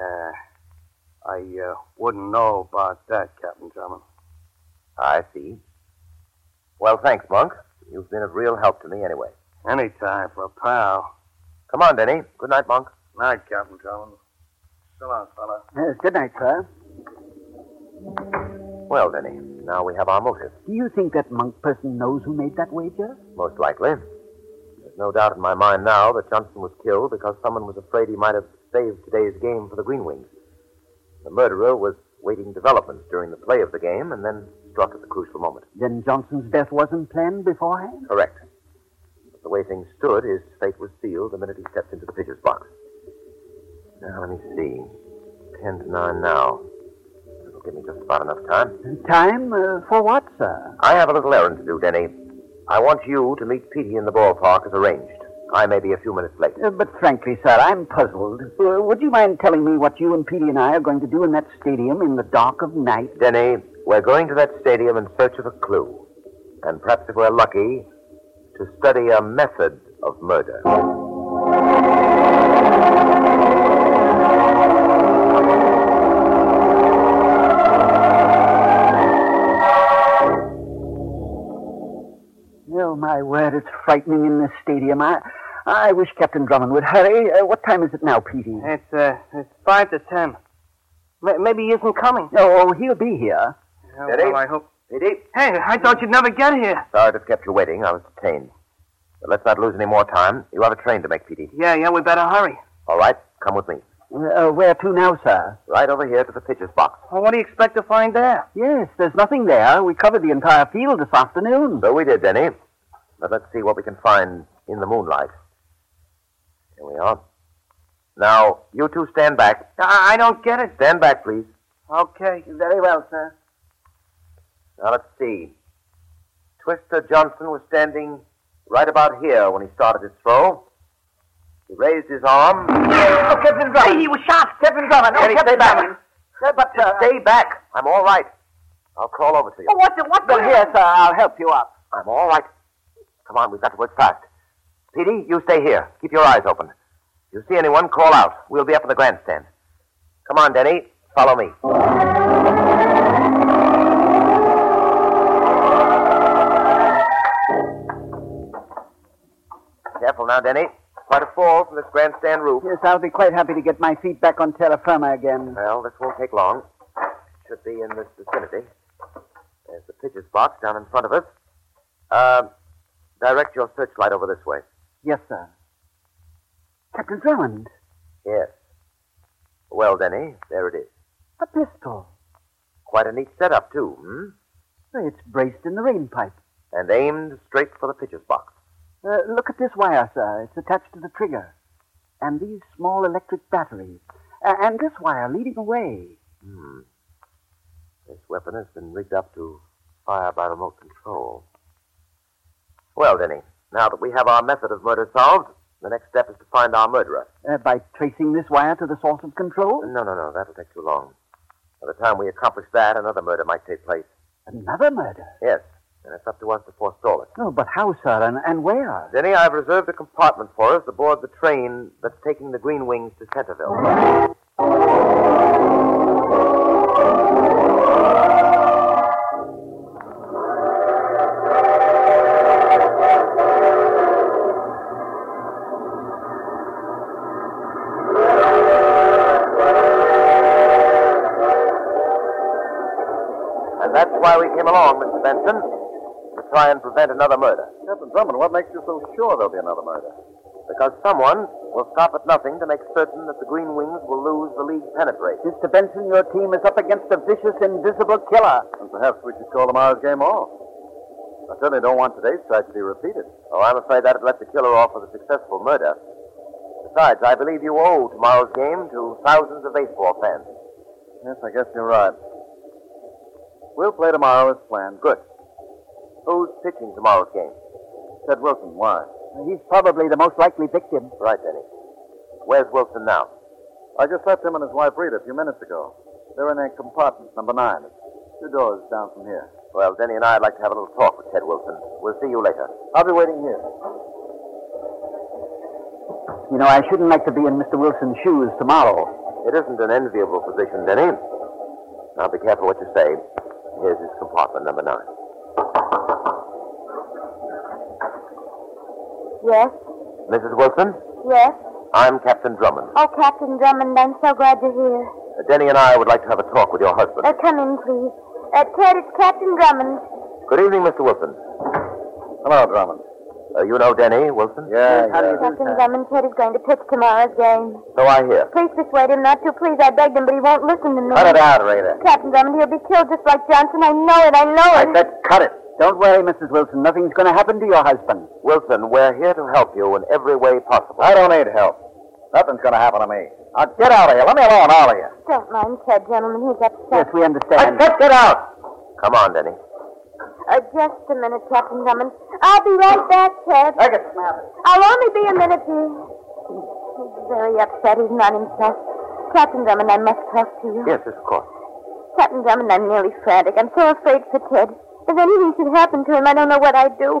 S: Uh, I uh, wouldn't know about that, Captain
P: I see. Well, thanks, Monk. You've been of real help to me anyway.
S: Anytime for a pal.
P: Come on, Denny. Good night, Monk.
S: Night, Captain Collins. So long, fella.
Q: Yes, good night, sir.
P: Well, Denny, now we have our motive.
Q: Do you think that monk person knows who made that wager?
P: Most likely. There's no doubt in my mind now that Johnson was killed because someone was afraid he might have saved today's game for the Green Wings. The murderer was waiting developments during the play of the game and then struck at the crucial moment.
Q: Then Johnson's death wasn't planned beforehand?
P: Correct. But the way things stood, his fate was sealed the minute he stepped into the pitcher's box. Now, let me see. Ten to nine now. That'll give me just about enough time.
Q: Time uh, for what, sir?
P: I have a little errand to do, Denny. I want you to meet Petey in the ballpark as arranged. I may be a few minutes late.
Q: Uh, but frankly, sir, I'm puzzled. Uh, would you mind telling me what you and Petey and I are going to do in that stadium in the dark of night?
P: Denny, we're going to that stadium in search of a clue. And perhaps if we're lucky, to study a method of murder.
Q: Oh, my word, it's frightening in this stadium. I, I wish Captain Drummond would hurry. Uh, what time is it now, Petey?
T: It's, uh, it's five to ten. M- maybe he isn't coming.
Q: Oh, he'll be here.
T: Yeah,
P: Eddie?
T: well, I hope. Hey, I thought you'd never get here.
P: Sorry to have kept you waiting. I was detained. But let's not lose any more time. You have a train to make, Petey.
T: Yeah, yeah, we better hurry.
P: All right, come with me.
Q: Uh, where to now, sir?
P: Right over here to the pitcher's box.
T: Well, what do you expect to find there?
Q: Yes, there's nothing there. We covered the entire field this afternoon.
P: So we did, Denny. But let's see what we can find in the moonlight. Here we are. Now, you two stand back.
T: I, I don't get it.
P: Stand back, please.
T: Okay, very well, sir.
P: Now, let's see. Twister Johnson was standing right about here when he started his throw. He raised his arm.
T: Oh, Captain Drummond. he was shot. Captain Drummond.
P: Denny, stay back. But, Oh, stay back. I'm all right. I'll crawl over to you.
T: what the, what
Q: Well, here, sir, I'll help you up.
P: I'm all right. Come on, we've got to work fast. Petey, you stay here. Keep your eyes open. If you see anyone, call out. We'll be up in the grandstand. Come on, Denny. Follow me. Careful now, Denny. Quite a fall from this grandstand roof.
Q: Yes, I'll be quite happy to get my feet back on terra firma again.
P: Well, this won't take long. Should be in this vicinity. There's the pitcher's box down in front of us. Uh, direct your searchlight over this way.
Q: Yes, sir. Captain Drummond,
P: Yes. Well, Denny, there it is.
Q: a pistol.
P: Quite a neat setup, too, hmm?
Q: It's braced in the rainpipe.
P: And aimed straight for the pitcher's box.
Q: Uh, look at this wire, sir. It's attached to the trigger. And these small electric batteries. A- and this wire leading away.
P: Hmm. This weapon has been rigged up to fire by remote control. Well, Denny, now that we have our method of murder solved, the next step is to find our murderer.
Q: Uh, by tracing this wire to the source of control?
P: No, no, no, that'll take too long. By the time we accomplish that, another murder might take place.
Q: Another murder?
P: Yes, and it's up to us to forestall it.
Q: No, but how, sir, and, and where?
P: Denny, I've reserved a compartment for us aboard the train that's taking the Green Wings to Centerville. And that's why we came along, Mr. Benson, to try and prevent another murder.
R: Captain Drummond, what makes you so sure there'll be another murder?
P: Because someone will stop at nothing to make certain that the Green Wings will lose the league penetrate.
Q: Mr. Benson, your team is up against a vicious, invisible killer.
R: And perhaps we should call tomorrow's game off. I certainly don't want today's tragedy repeated.
P: Oh, I'm afraid that'd let the killer off with a successful murder. Besides, I believe you owe tomorrow's game to thousands of baseball fans.
R: Yes, I guess you're right. We'll play tomorrow as planned. Good.
P: Who's pitching tomorrow's game?
R: Ted Wilson, why?
Q: He's probably the most likely victim.
P: Right, Denny. Where's Wilson now?
R: I just left him and his wife Rita a few minutes ago. They're in a compartment number nine. It's two doors down from here.
P: Well, Denny and I'd like to have a little talk with Ted Wilson. We'll see you later.
R: I'll be waiting here.
Q: You know, I shouldn't like to be in Mr. Wilson's shoes tomorrow.
P: It isn't an enviable position, Denny. Now be careful what you say. Here's his compartment, number nine.
U: Yes,
P: Mrs. Wilson,
U: yes.
P: I'm Captain Drummond.
U: Oh, Captain Drummond, I'm so glad you're here.
P: Uh, Denny and I would like to have a talk with your husband.
U: Uh, come in, please. Uh, Ted, it's Captain Drummond.
P: Good evening, Mr. Wilson. Hello, Drummond. Uh, you know Denny Wilson? Uh, Yeah,
U: Um, Captain Drummond, Ted is going to pitch tomorrow's game.
P: So I hear.
U: Please persuade him not to. Please, I begged him, but he won't listen to me.
P: Cut it out, Rita.
U: Captain Drummond, he'll be killed just like Johnson. I know it. I know it.
P: I said cut it.
Q: Don't worry, Mrs. Wilson. Nothing's going to happen to your husband.
P: Wilson, we're here to help you in every way possible.
R: I don't need help. Nothing's going to happen to me. Now get out of here. Let me alone, all of you.
U: Don't mind Ted, gentlemen. He's upset.
Q: Yes, we understand.
R: Get, get out.
P: Come on, Denny.
U: Uh, just a minute, Captain Drummond. I'll be right back, Ted.
R: I can smell it.
U: I'll only be a minute, dear. He's he's very upset. He's not himself. Captain Drummond, I must talk to you.
P: Yes, of course.
U: Captain Drummond, I'm nearly frantic. I'm so afraid for Ted. If anything should happen to him, I don't know what I'd do.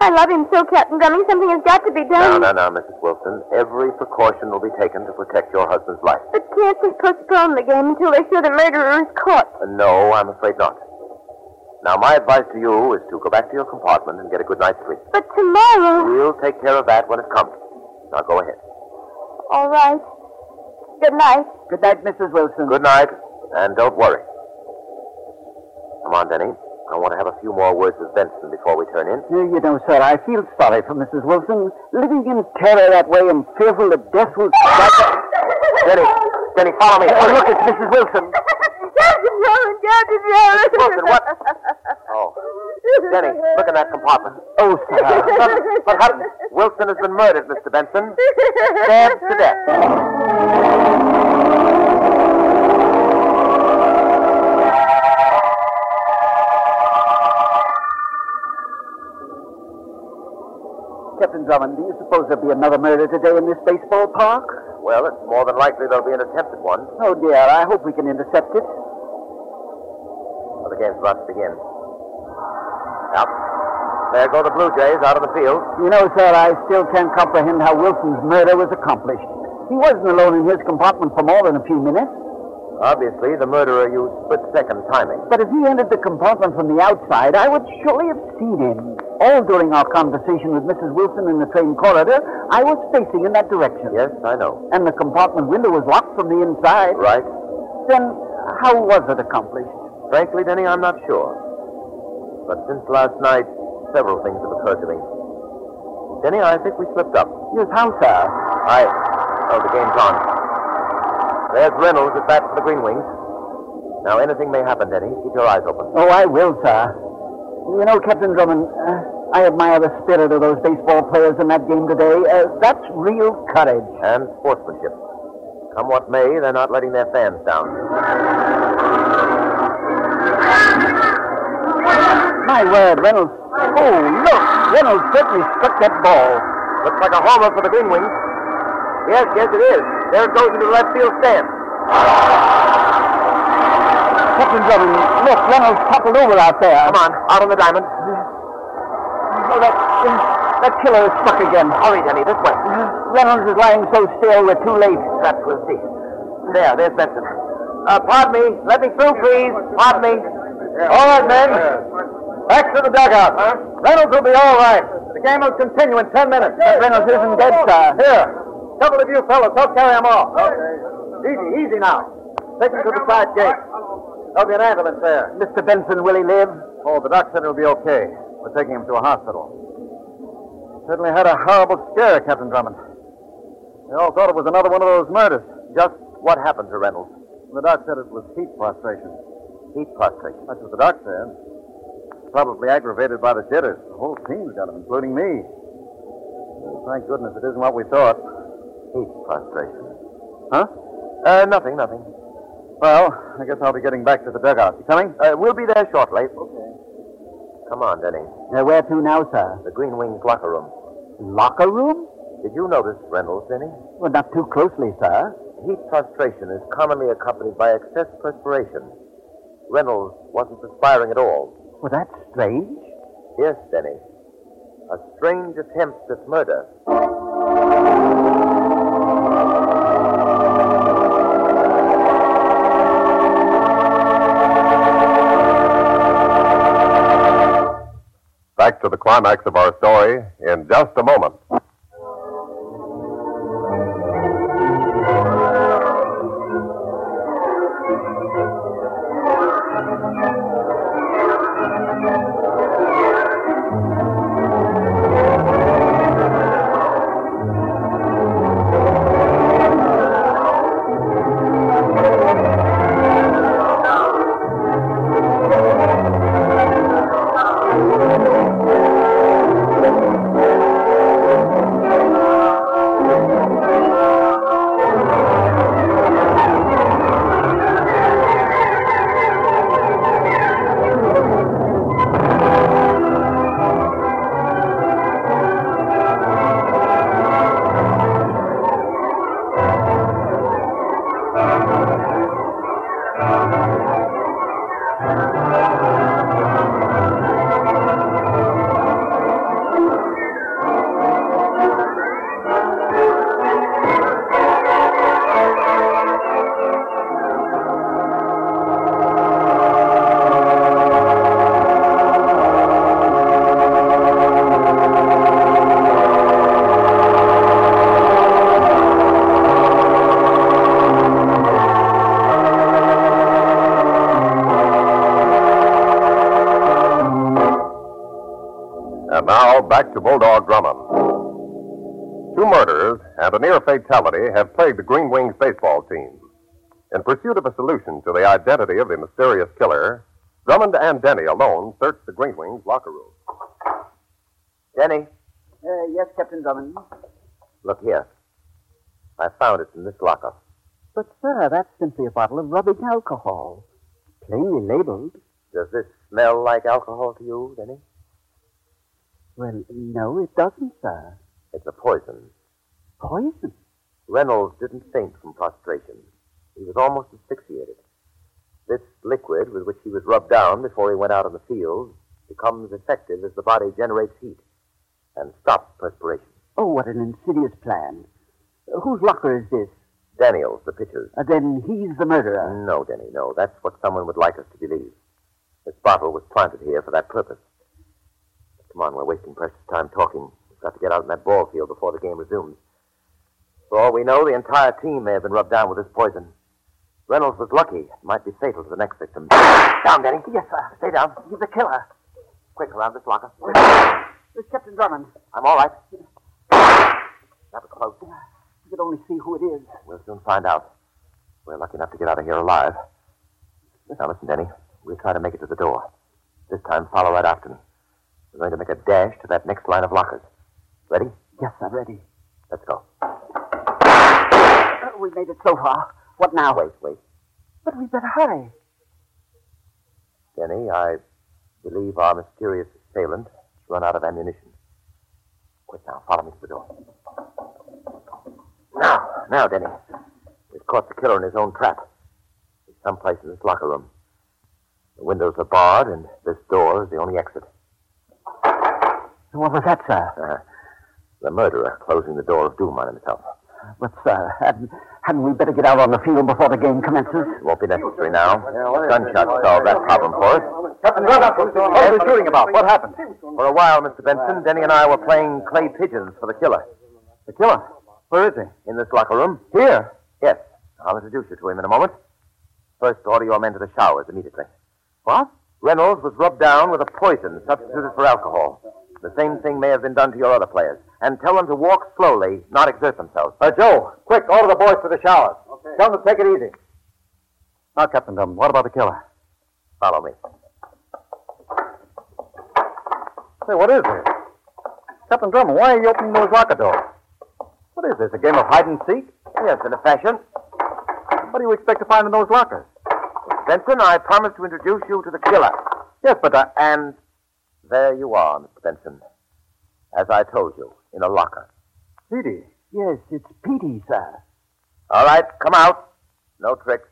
U: I love him so, Captain Drummond. Something has got to be
P: No,
U: done.
P: no, no, Mrs. Wilson. Every precaution will be taken to protect your husband's life.
U: But can't they postpone the game until they're sure the murderer is caught?
P: Uh, No, I'm afraid not. Now, my advice to you is to go back to your compartment and get a good night's sleep.
U: But
Q: Oh.
U: tomorrow.
P: We'll take care of that when it comes. Now, go ahead.
U: All right. Good night.
Q: Good night, Mrs. Wilson.
P: Good night, and don't worry. Come on, Denny. I want to have a few more words with Benson before we turn in.
Q: You you know, sir, I feel sorry for Mrs. Wilson. Living in terror that way and fearful that death will strike her.
P: Denny, Denny, follow me.
Q: Oh, look, it's Mrs. Wilson.
U: Captain Drummond, Captain Drummond.
P: Miss Wilson, what?
U: <laughs>
P: Oh. Denny, look in that compartment.
Q: Oh,
P: sir. What, what happened? Wilson has been murdered, Mr.
Q: <laughs>
P: Benson. Stabbed to death.
Q: Captain Drummond, do you suppose there'll be another murder today in this baseball park?
P: Well, it's more than likely there'll be an attempted one.
Q: Oh, dear, I hope we can intercept it.
P: Well, the game's about to begin. Now, there go the Blue Jays out of the field.
Q: You know, sir, I still can't comprehend how Wilson's murder was accomplished. He wasn't alone in his compartment for more than a few minutes.
P: Obviously, the murderer used split-second timing.
Q: But if he entered the compartment from the outside, I would surely have seen him. All during our conversation with Mrs. Wilson in the train corridor, I was facing in that direction.
P: Yes, I know.
Q: And the compartment window was locked from the inside.
P: Right.
Q: Then how was it accomplished?
P: Frankly, Denny, I'm not sure. But since last night, several things have occurred to me. Denny, I think we slipped up.
Q: Yes, how, sir?
P: I. Oh, the game's on. There's Reynolds at bat for the Green Wings. Now, anything may happen, Denny. Keep your eyes open.
Q: Oh, I will, sir. You know, Captain Drummond, uh, I admire the spirit of those baseball players in that game today. Uh, that's real courage.
P: And sportsmanship. Come what may, they're not letting their fans down.
Q: My word, Reynolds. Oh, look! Reynolds certainly struck that ball.
P: Looks like a homer for the Green Wings. Yes, yes, it is. There it goes into the left field stand.
Q: Captain Drummond, look, Reynolds toppled over out there.
P: Come on, out on the diamond.
Q: Oh, that, uh, that killer is struck again.
P: Hurry, Denny, this way.
Q: Reynolds is lying so still, we're too late.
P: Perhaps we'll see. There, there's Benson. Uh, pardon me. Let me through, please. Pardon me.
R: All right, men. Back to the dugout. Reynolds will be all right. The game will continue in ten minutes.
Q: But Reynolds isn't dead, sir.
R: Here. Couple of you fellas, help carry him off. Easy, easy now. Take him to the side gate. There'll be an ambulance there.
Q: Mr. Benson, will he live?
R: Oh, the doc said he'll be okay. We're taking him to a hospital. Certainly had a horrible scare, Captain Drummond. They all thought it was another one of those murders.
P: Just what happened to Reynolds?
R: The doc said it was heat prostration.
P: Heat prostration.
R: That's what the doc said. Probably aggravated by the jitters. The whole team's got him, including me. Well, thank goodness it isn't what we thought.
P: Heat prostration.
R: Huh?
P: Uh, nothing, nothing.
R: Well, I guess I'll be getting back to the dugout. You coming?
P: Uh, we'll be there shortly. Okay. Come on, Denny.
Q: Uh, where to now, sir?
P: The Green Wings locker room.
Q: Locker room?
P: Did you notice Reynolds, Denny?
Q: Well, not too closely, sir.
P: Heat prostration is commonly accompanied by excess perspiration. Reynolds wasn't perspiring at all.
Q: Well, that's strange.
P: Yes, Denny. A strange attempt at murder.
O: climax of our story in just a moment. And now back to Bulldog Drummond. Two murders and a near fatality have plagued the Green Wings baseball team. In pursuit of a solution to the identity of the mysterious killer, Drummond and Denny alone searched the Green Wings locker room.
P: Denny,
Q: Uh, yes, Captain Drummond.
P: look here. I found it in this locker.
Q: But, sir, that's simply a bottle of rubbing alcohol. Plainly labeled.
P: Does this smell like alcohol to you, Denny?
Q: Well, no, it doesn't, sir.
P: It's a poison.
Q: Poison?
P: Reynolds didn't faint from prostration. He was almost asphyxiated. This liquid with which he was rubbed down before he went out on the field becomes effective as the body generates heat and stops perspiration.
Q: Oh, what an insidious plan. Uh, Whose locker is this?
P: Daniels, the pitcher's.
Q: Uh, then he's the murderer.
P: No, Denny, no. That's what someone would like us to believe. This bottle was planted here for that purpose. Come on, we're wasting precious time talking. We've got to get out in that ball field before the game resumes. For all we know, the entire team may have been rubbed down with this poison. Reynolds was lucky. It might be fatal to the next victim. down, Denny.
Q: Yes, sir. Stay down. He's the killer.
P: Quick, around this locker.
Q: Captain Drummond.
P: I'm all right. That was close.
Q: You could only see who it is.
P: We'll soon find out. We're lucky enough to get out of here alive. Now listen, Denny. We'll try to make it to the door. This time, follow right after me. We're going to make a dash to that next line of lockers. Ready?
Q: Yes, sir. Ready.
P: Let's go.
Q: Uh, we made it so far. What now?
P: Wait, wait.
Q: But we better hurry.
P: Denny, I believe our mysterious assailant has run out of ammunition. Quick now, follow me to the door. Now, now, Denny. We've caught the killer in his own trap. He's someplace in this locker room. The windows are barred, and this door is the only exit.
Q: What was that, sir?
P: Uh, the murderer closing the door of doom on himself.
Q: But, sir, hadn't, hadn't we better get out on the field before the game commences?
P: It won't be necessary now. Gunshots solved that problem for us.
R: Captain Drummond, what are we shooting about? What happened?
P: For a while, Mr. Benson, Denny and I were playing clay pigeons for the killer. The killer? Where is he? In this locker room. Here? Yes. I'll introduce you to him in a moment. First, order your men to the showers immediately. What? Reynolds was rubbed down with a poison substituted for alcohol. The same thing may have been done to your other players. And tell them to walk slowly, not exert themselves.
R: Uh, Joe, quick, order the boys to the showers. Tell them to take it easy.
P: Now, Captain Dumb, what about the killer? Follow me.
R: Say, what is this? Captain Drummond, why are you opening those locker doors? What is this, a game of hide and seek?
P: Yes, in a fashion.
R: What do you expect to find in those lockers?
P: Benson, I promised to introduce you to the killer. uh,
R: Yes, but I...
P: And there you are, Mr. Benson. As I told you, in a locker.
R: Petey.
Q: Yes, it's Petey, sir.
P: All right, come out. No tricks.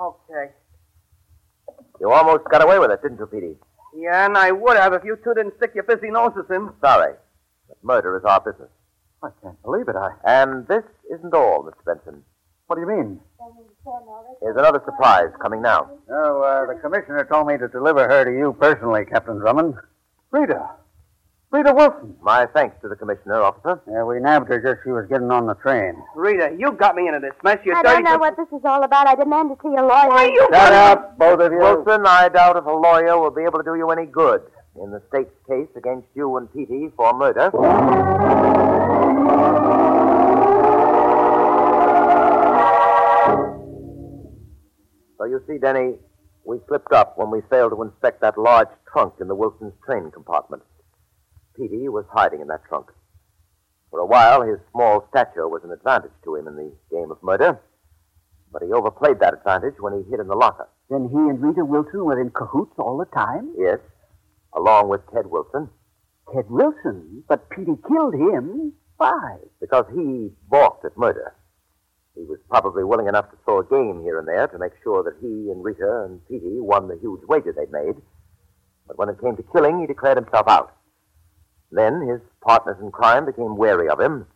T: Okay.
P: You almost got away with it, didn't you, Petey?
T: Yeah, and I would have if you two didn't stick your busy noses in.
P: Sorry. But murder is our business.
R: I can't believe it. I...
P: And this isn't all, Mr. Benson.
R: What do you mean?
P: There's another surprise coming now.
R: Oh, uh, the commissioner told me to deliver her to you personally, Captain Drummond. Rita. Rita Wilson.
P: My thanks to the commissioner, officer.
V: Yeah, we nabbed her just she was getting on the train.
T: Rita, you got me into this mess. You're
U: I don't know what this is all about. I demand to see a lawyer.
T: Why, you-
U: Shut up.
P: both of you. Wilson, I doubt if a lawyer will be able to do you any good in the state's case against you and Petey for murder. So you see, Denny, we slipped up when we failed to inspect that large trunk in the Wilson's train compartment. Petey was hiding in that trunk. For a while, his small stature was an advantage to him in the game of murder, but he overplayed that advantage when he hid in the locker.
Q: Then he and Rita Wilson were in cahoots all the time?
P: Yes, along with Ted Wilson,
Q: Ted Wilson? But Petey killed him. Why?
P: because he balked at murder. He was probably willing enough to throw a game here and there to make sure that he and Rita and Petey won the huge wager they'd made. But when it came to killing, he declared himself out. Then his partners in crime became wary of him.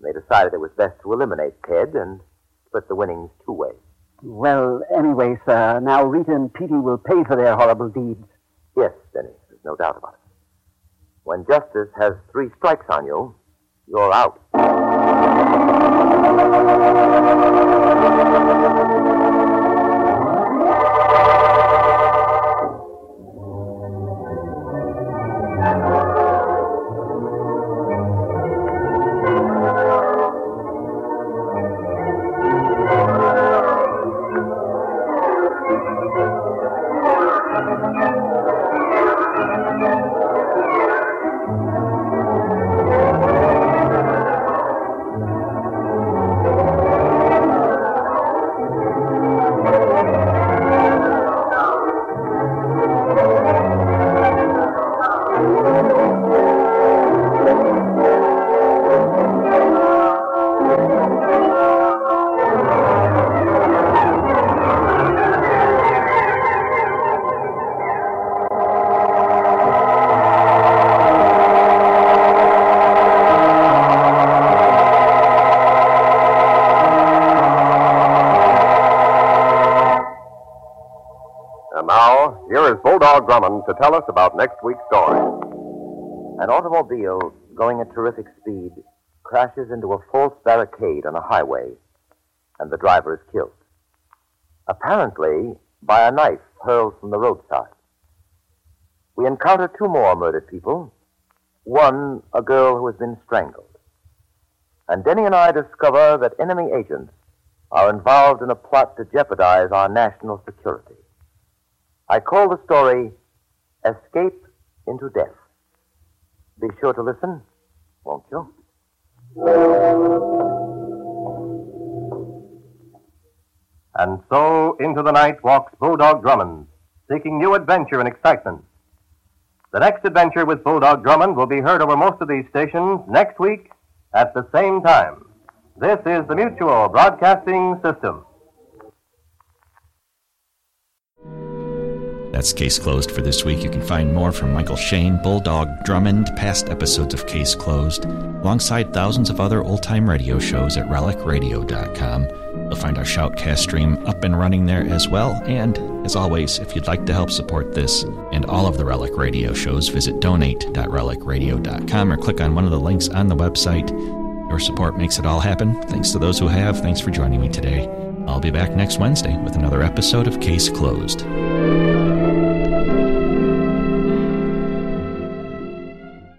P: They decided it was best to eliminate Ted and split the winnings two ways.
Q: Well, anyway, sir, now Rita and Petey will pay for their horrible deeds.
P: Yes, Denny, there's no doubt about it. When justice has three strikes on you, you're out.
O: And now, here is Bulldog Drummond to tell us about next week's story.
P: An automobile going at terrific speed crashes into a false barricade on a highway, and the driver is killed. Apparently, by a knife hurled from the roadside. We encounter two more murdered people. One, a girl who has been strangled. And Denny and I discover that enemy agents are involved in a plot to jeopardize our national security. I call the story Escape into Death. Be sure to listen, won't you?
O: And so into the night walks Bulldog Drummond, seeking new adventure and excitement. The next adventure with Bulldog Drummond will be heard over most of these stations next week at the same time. This is the Mutual Broadcasting System.
A: That's Case Closed for this week. You can find more from Michael Shane, Bulldog Drummond, past episodes of Case Closed, alongside thousands of other old time radio shows at relicradio.com. You'll find our Shoutcast stream up and running there as well. And, as always, if you'd like to help support this and all of the Relic Radio shows, visit donate.relicradio.com or click on one of the links on the website. Your support makes it all happen. Thanks to those who have. Thanks for joining me today. I'll be back next Wednesday with another episode of Case Closed.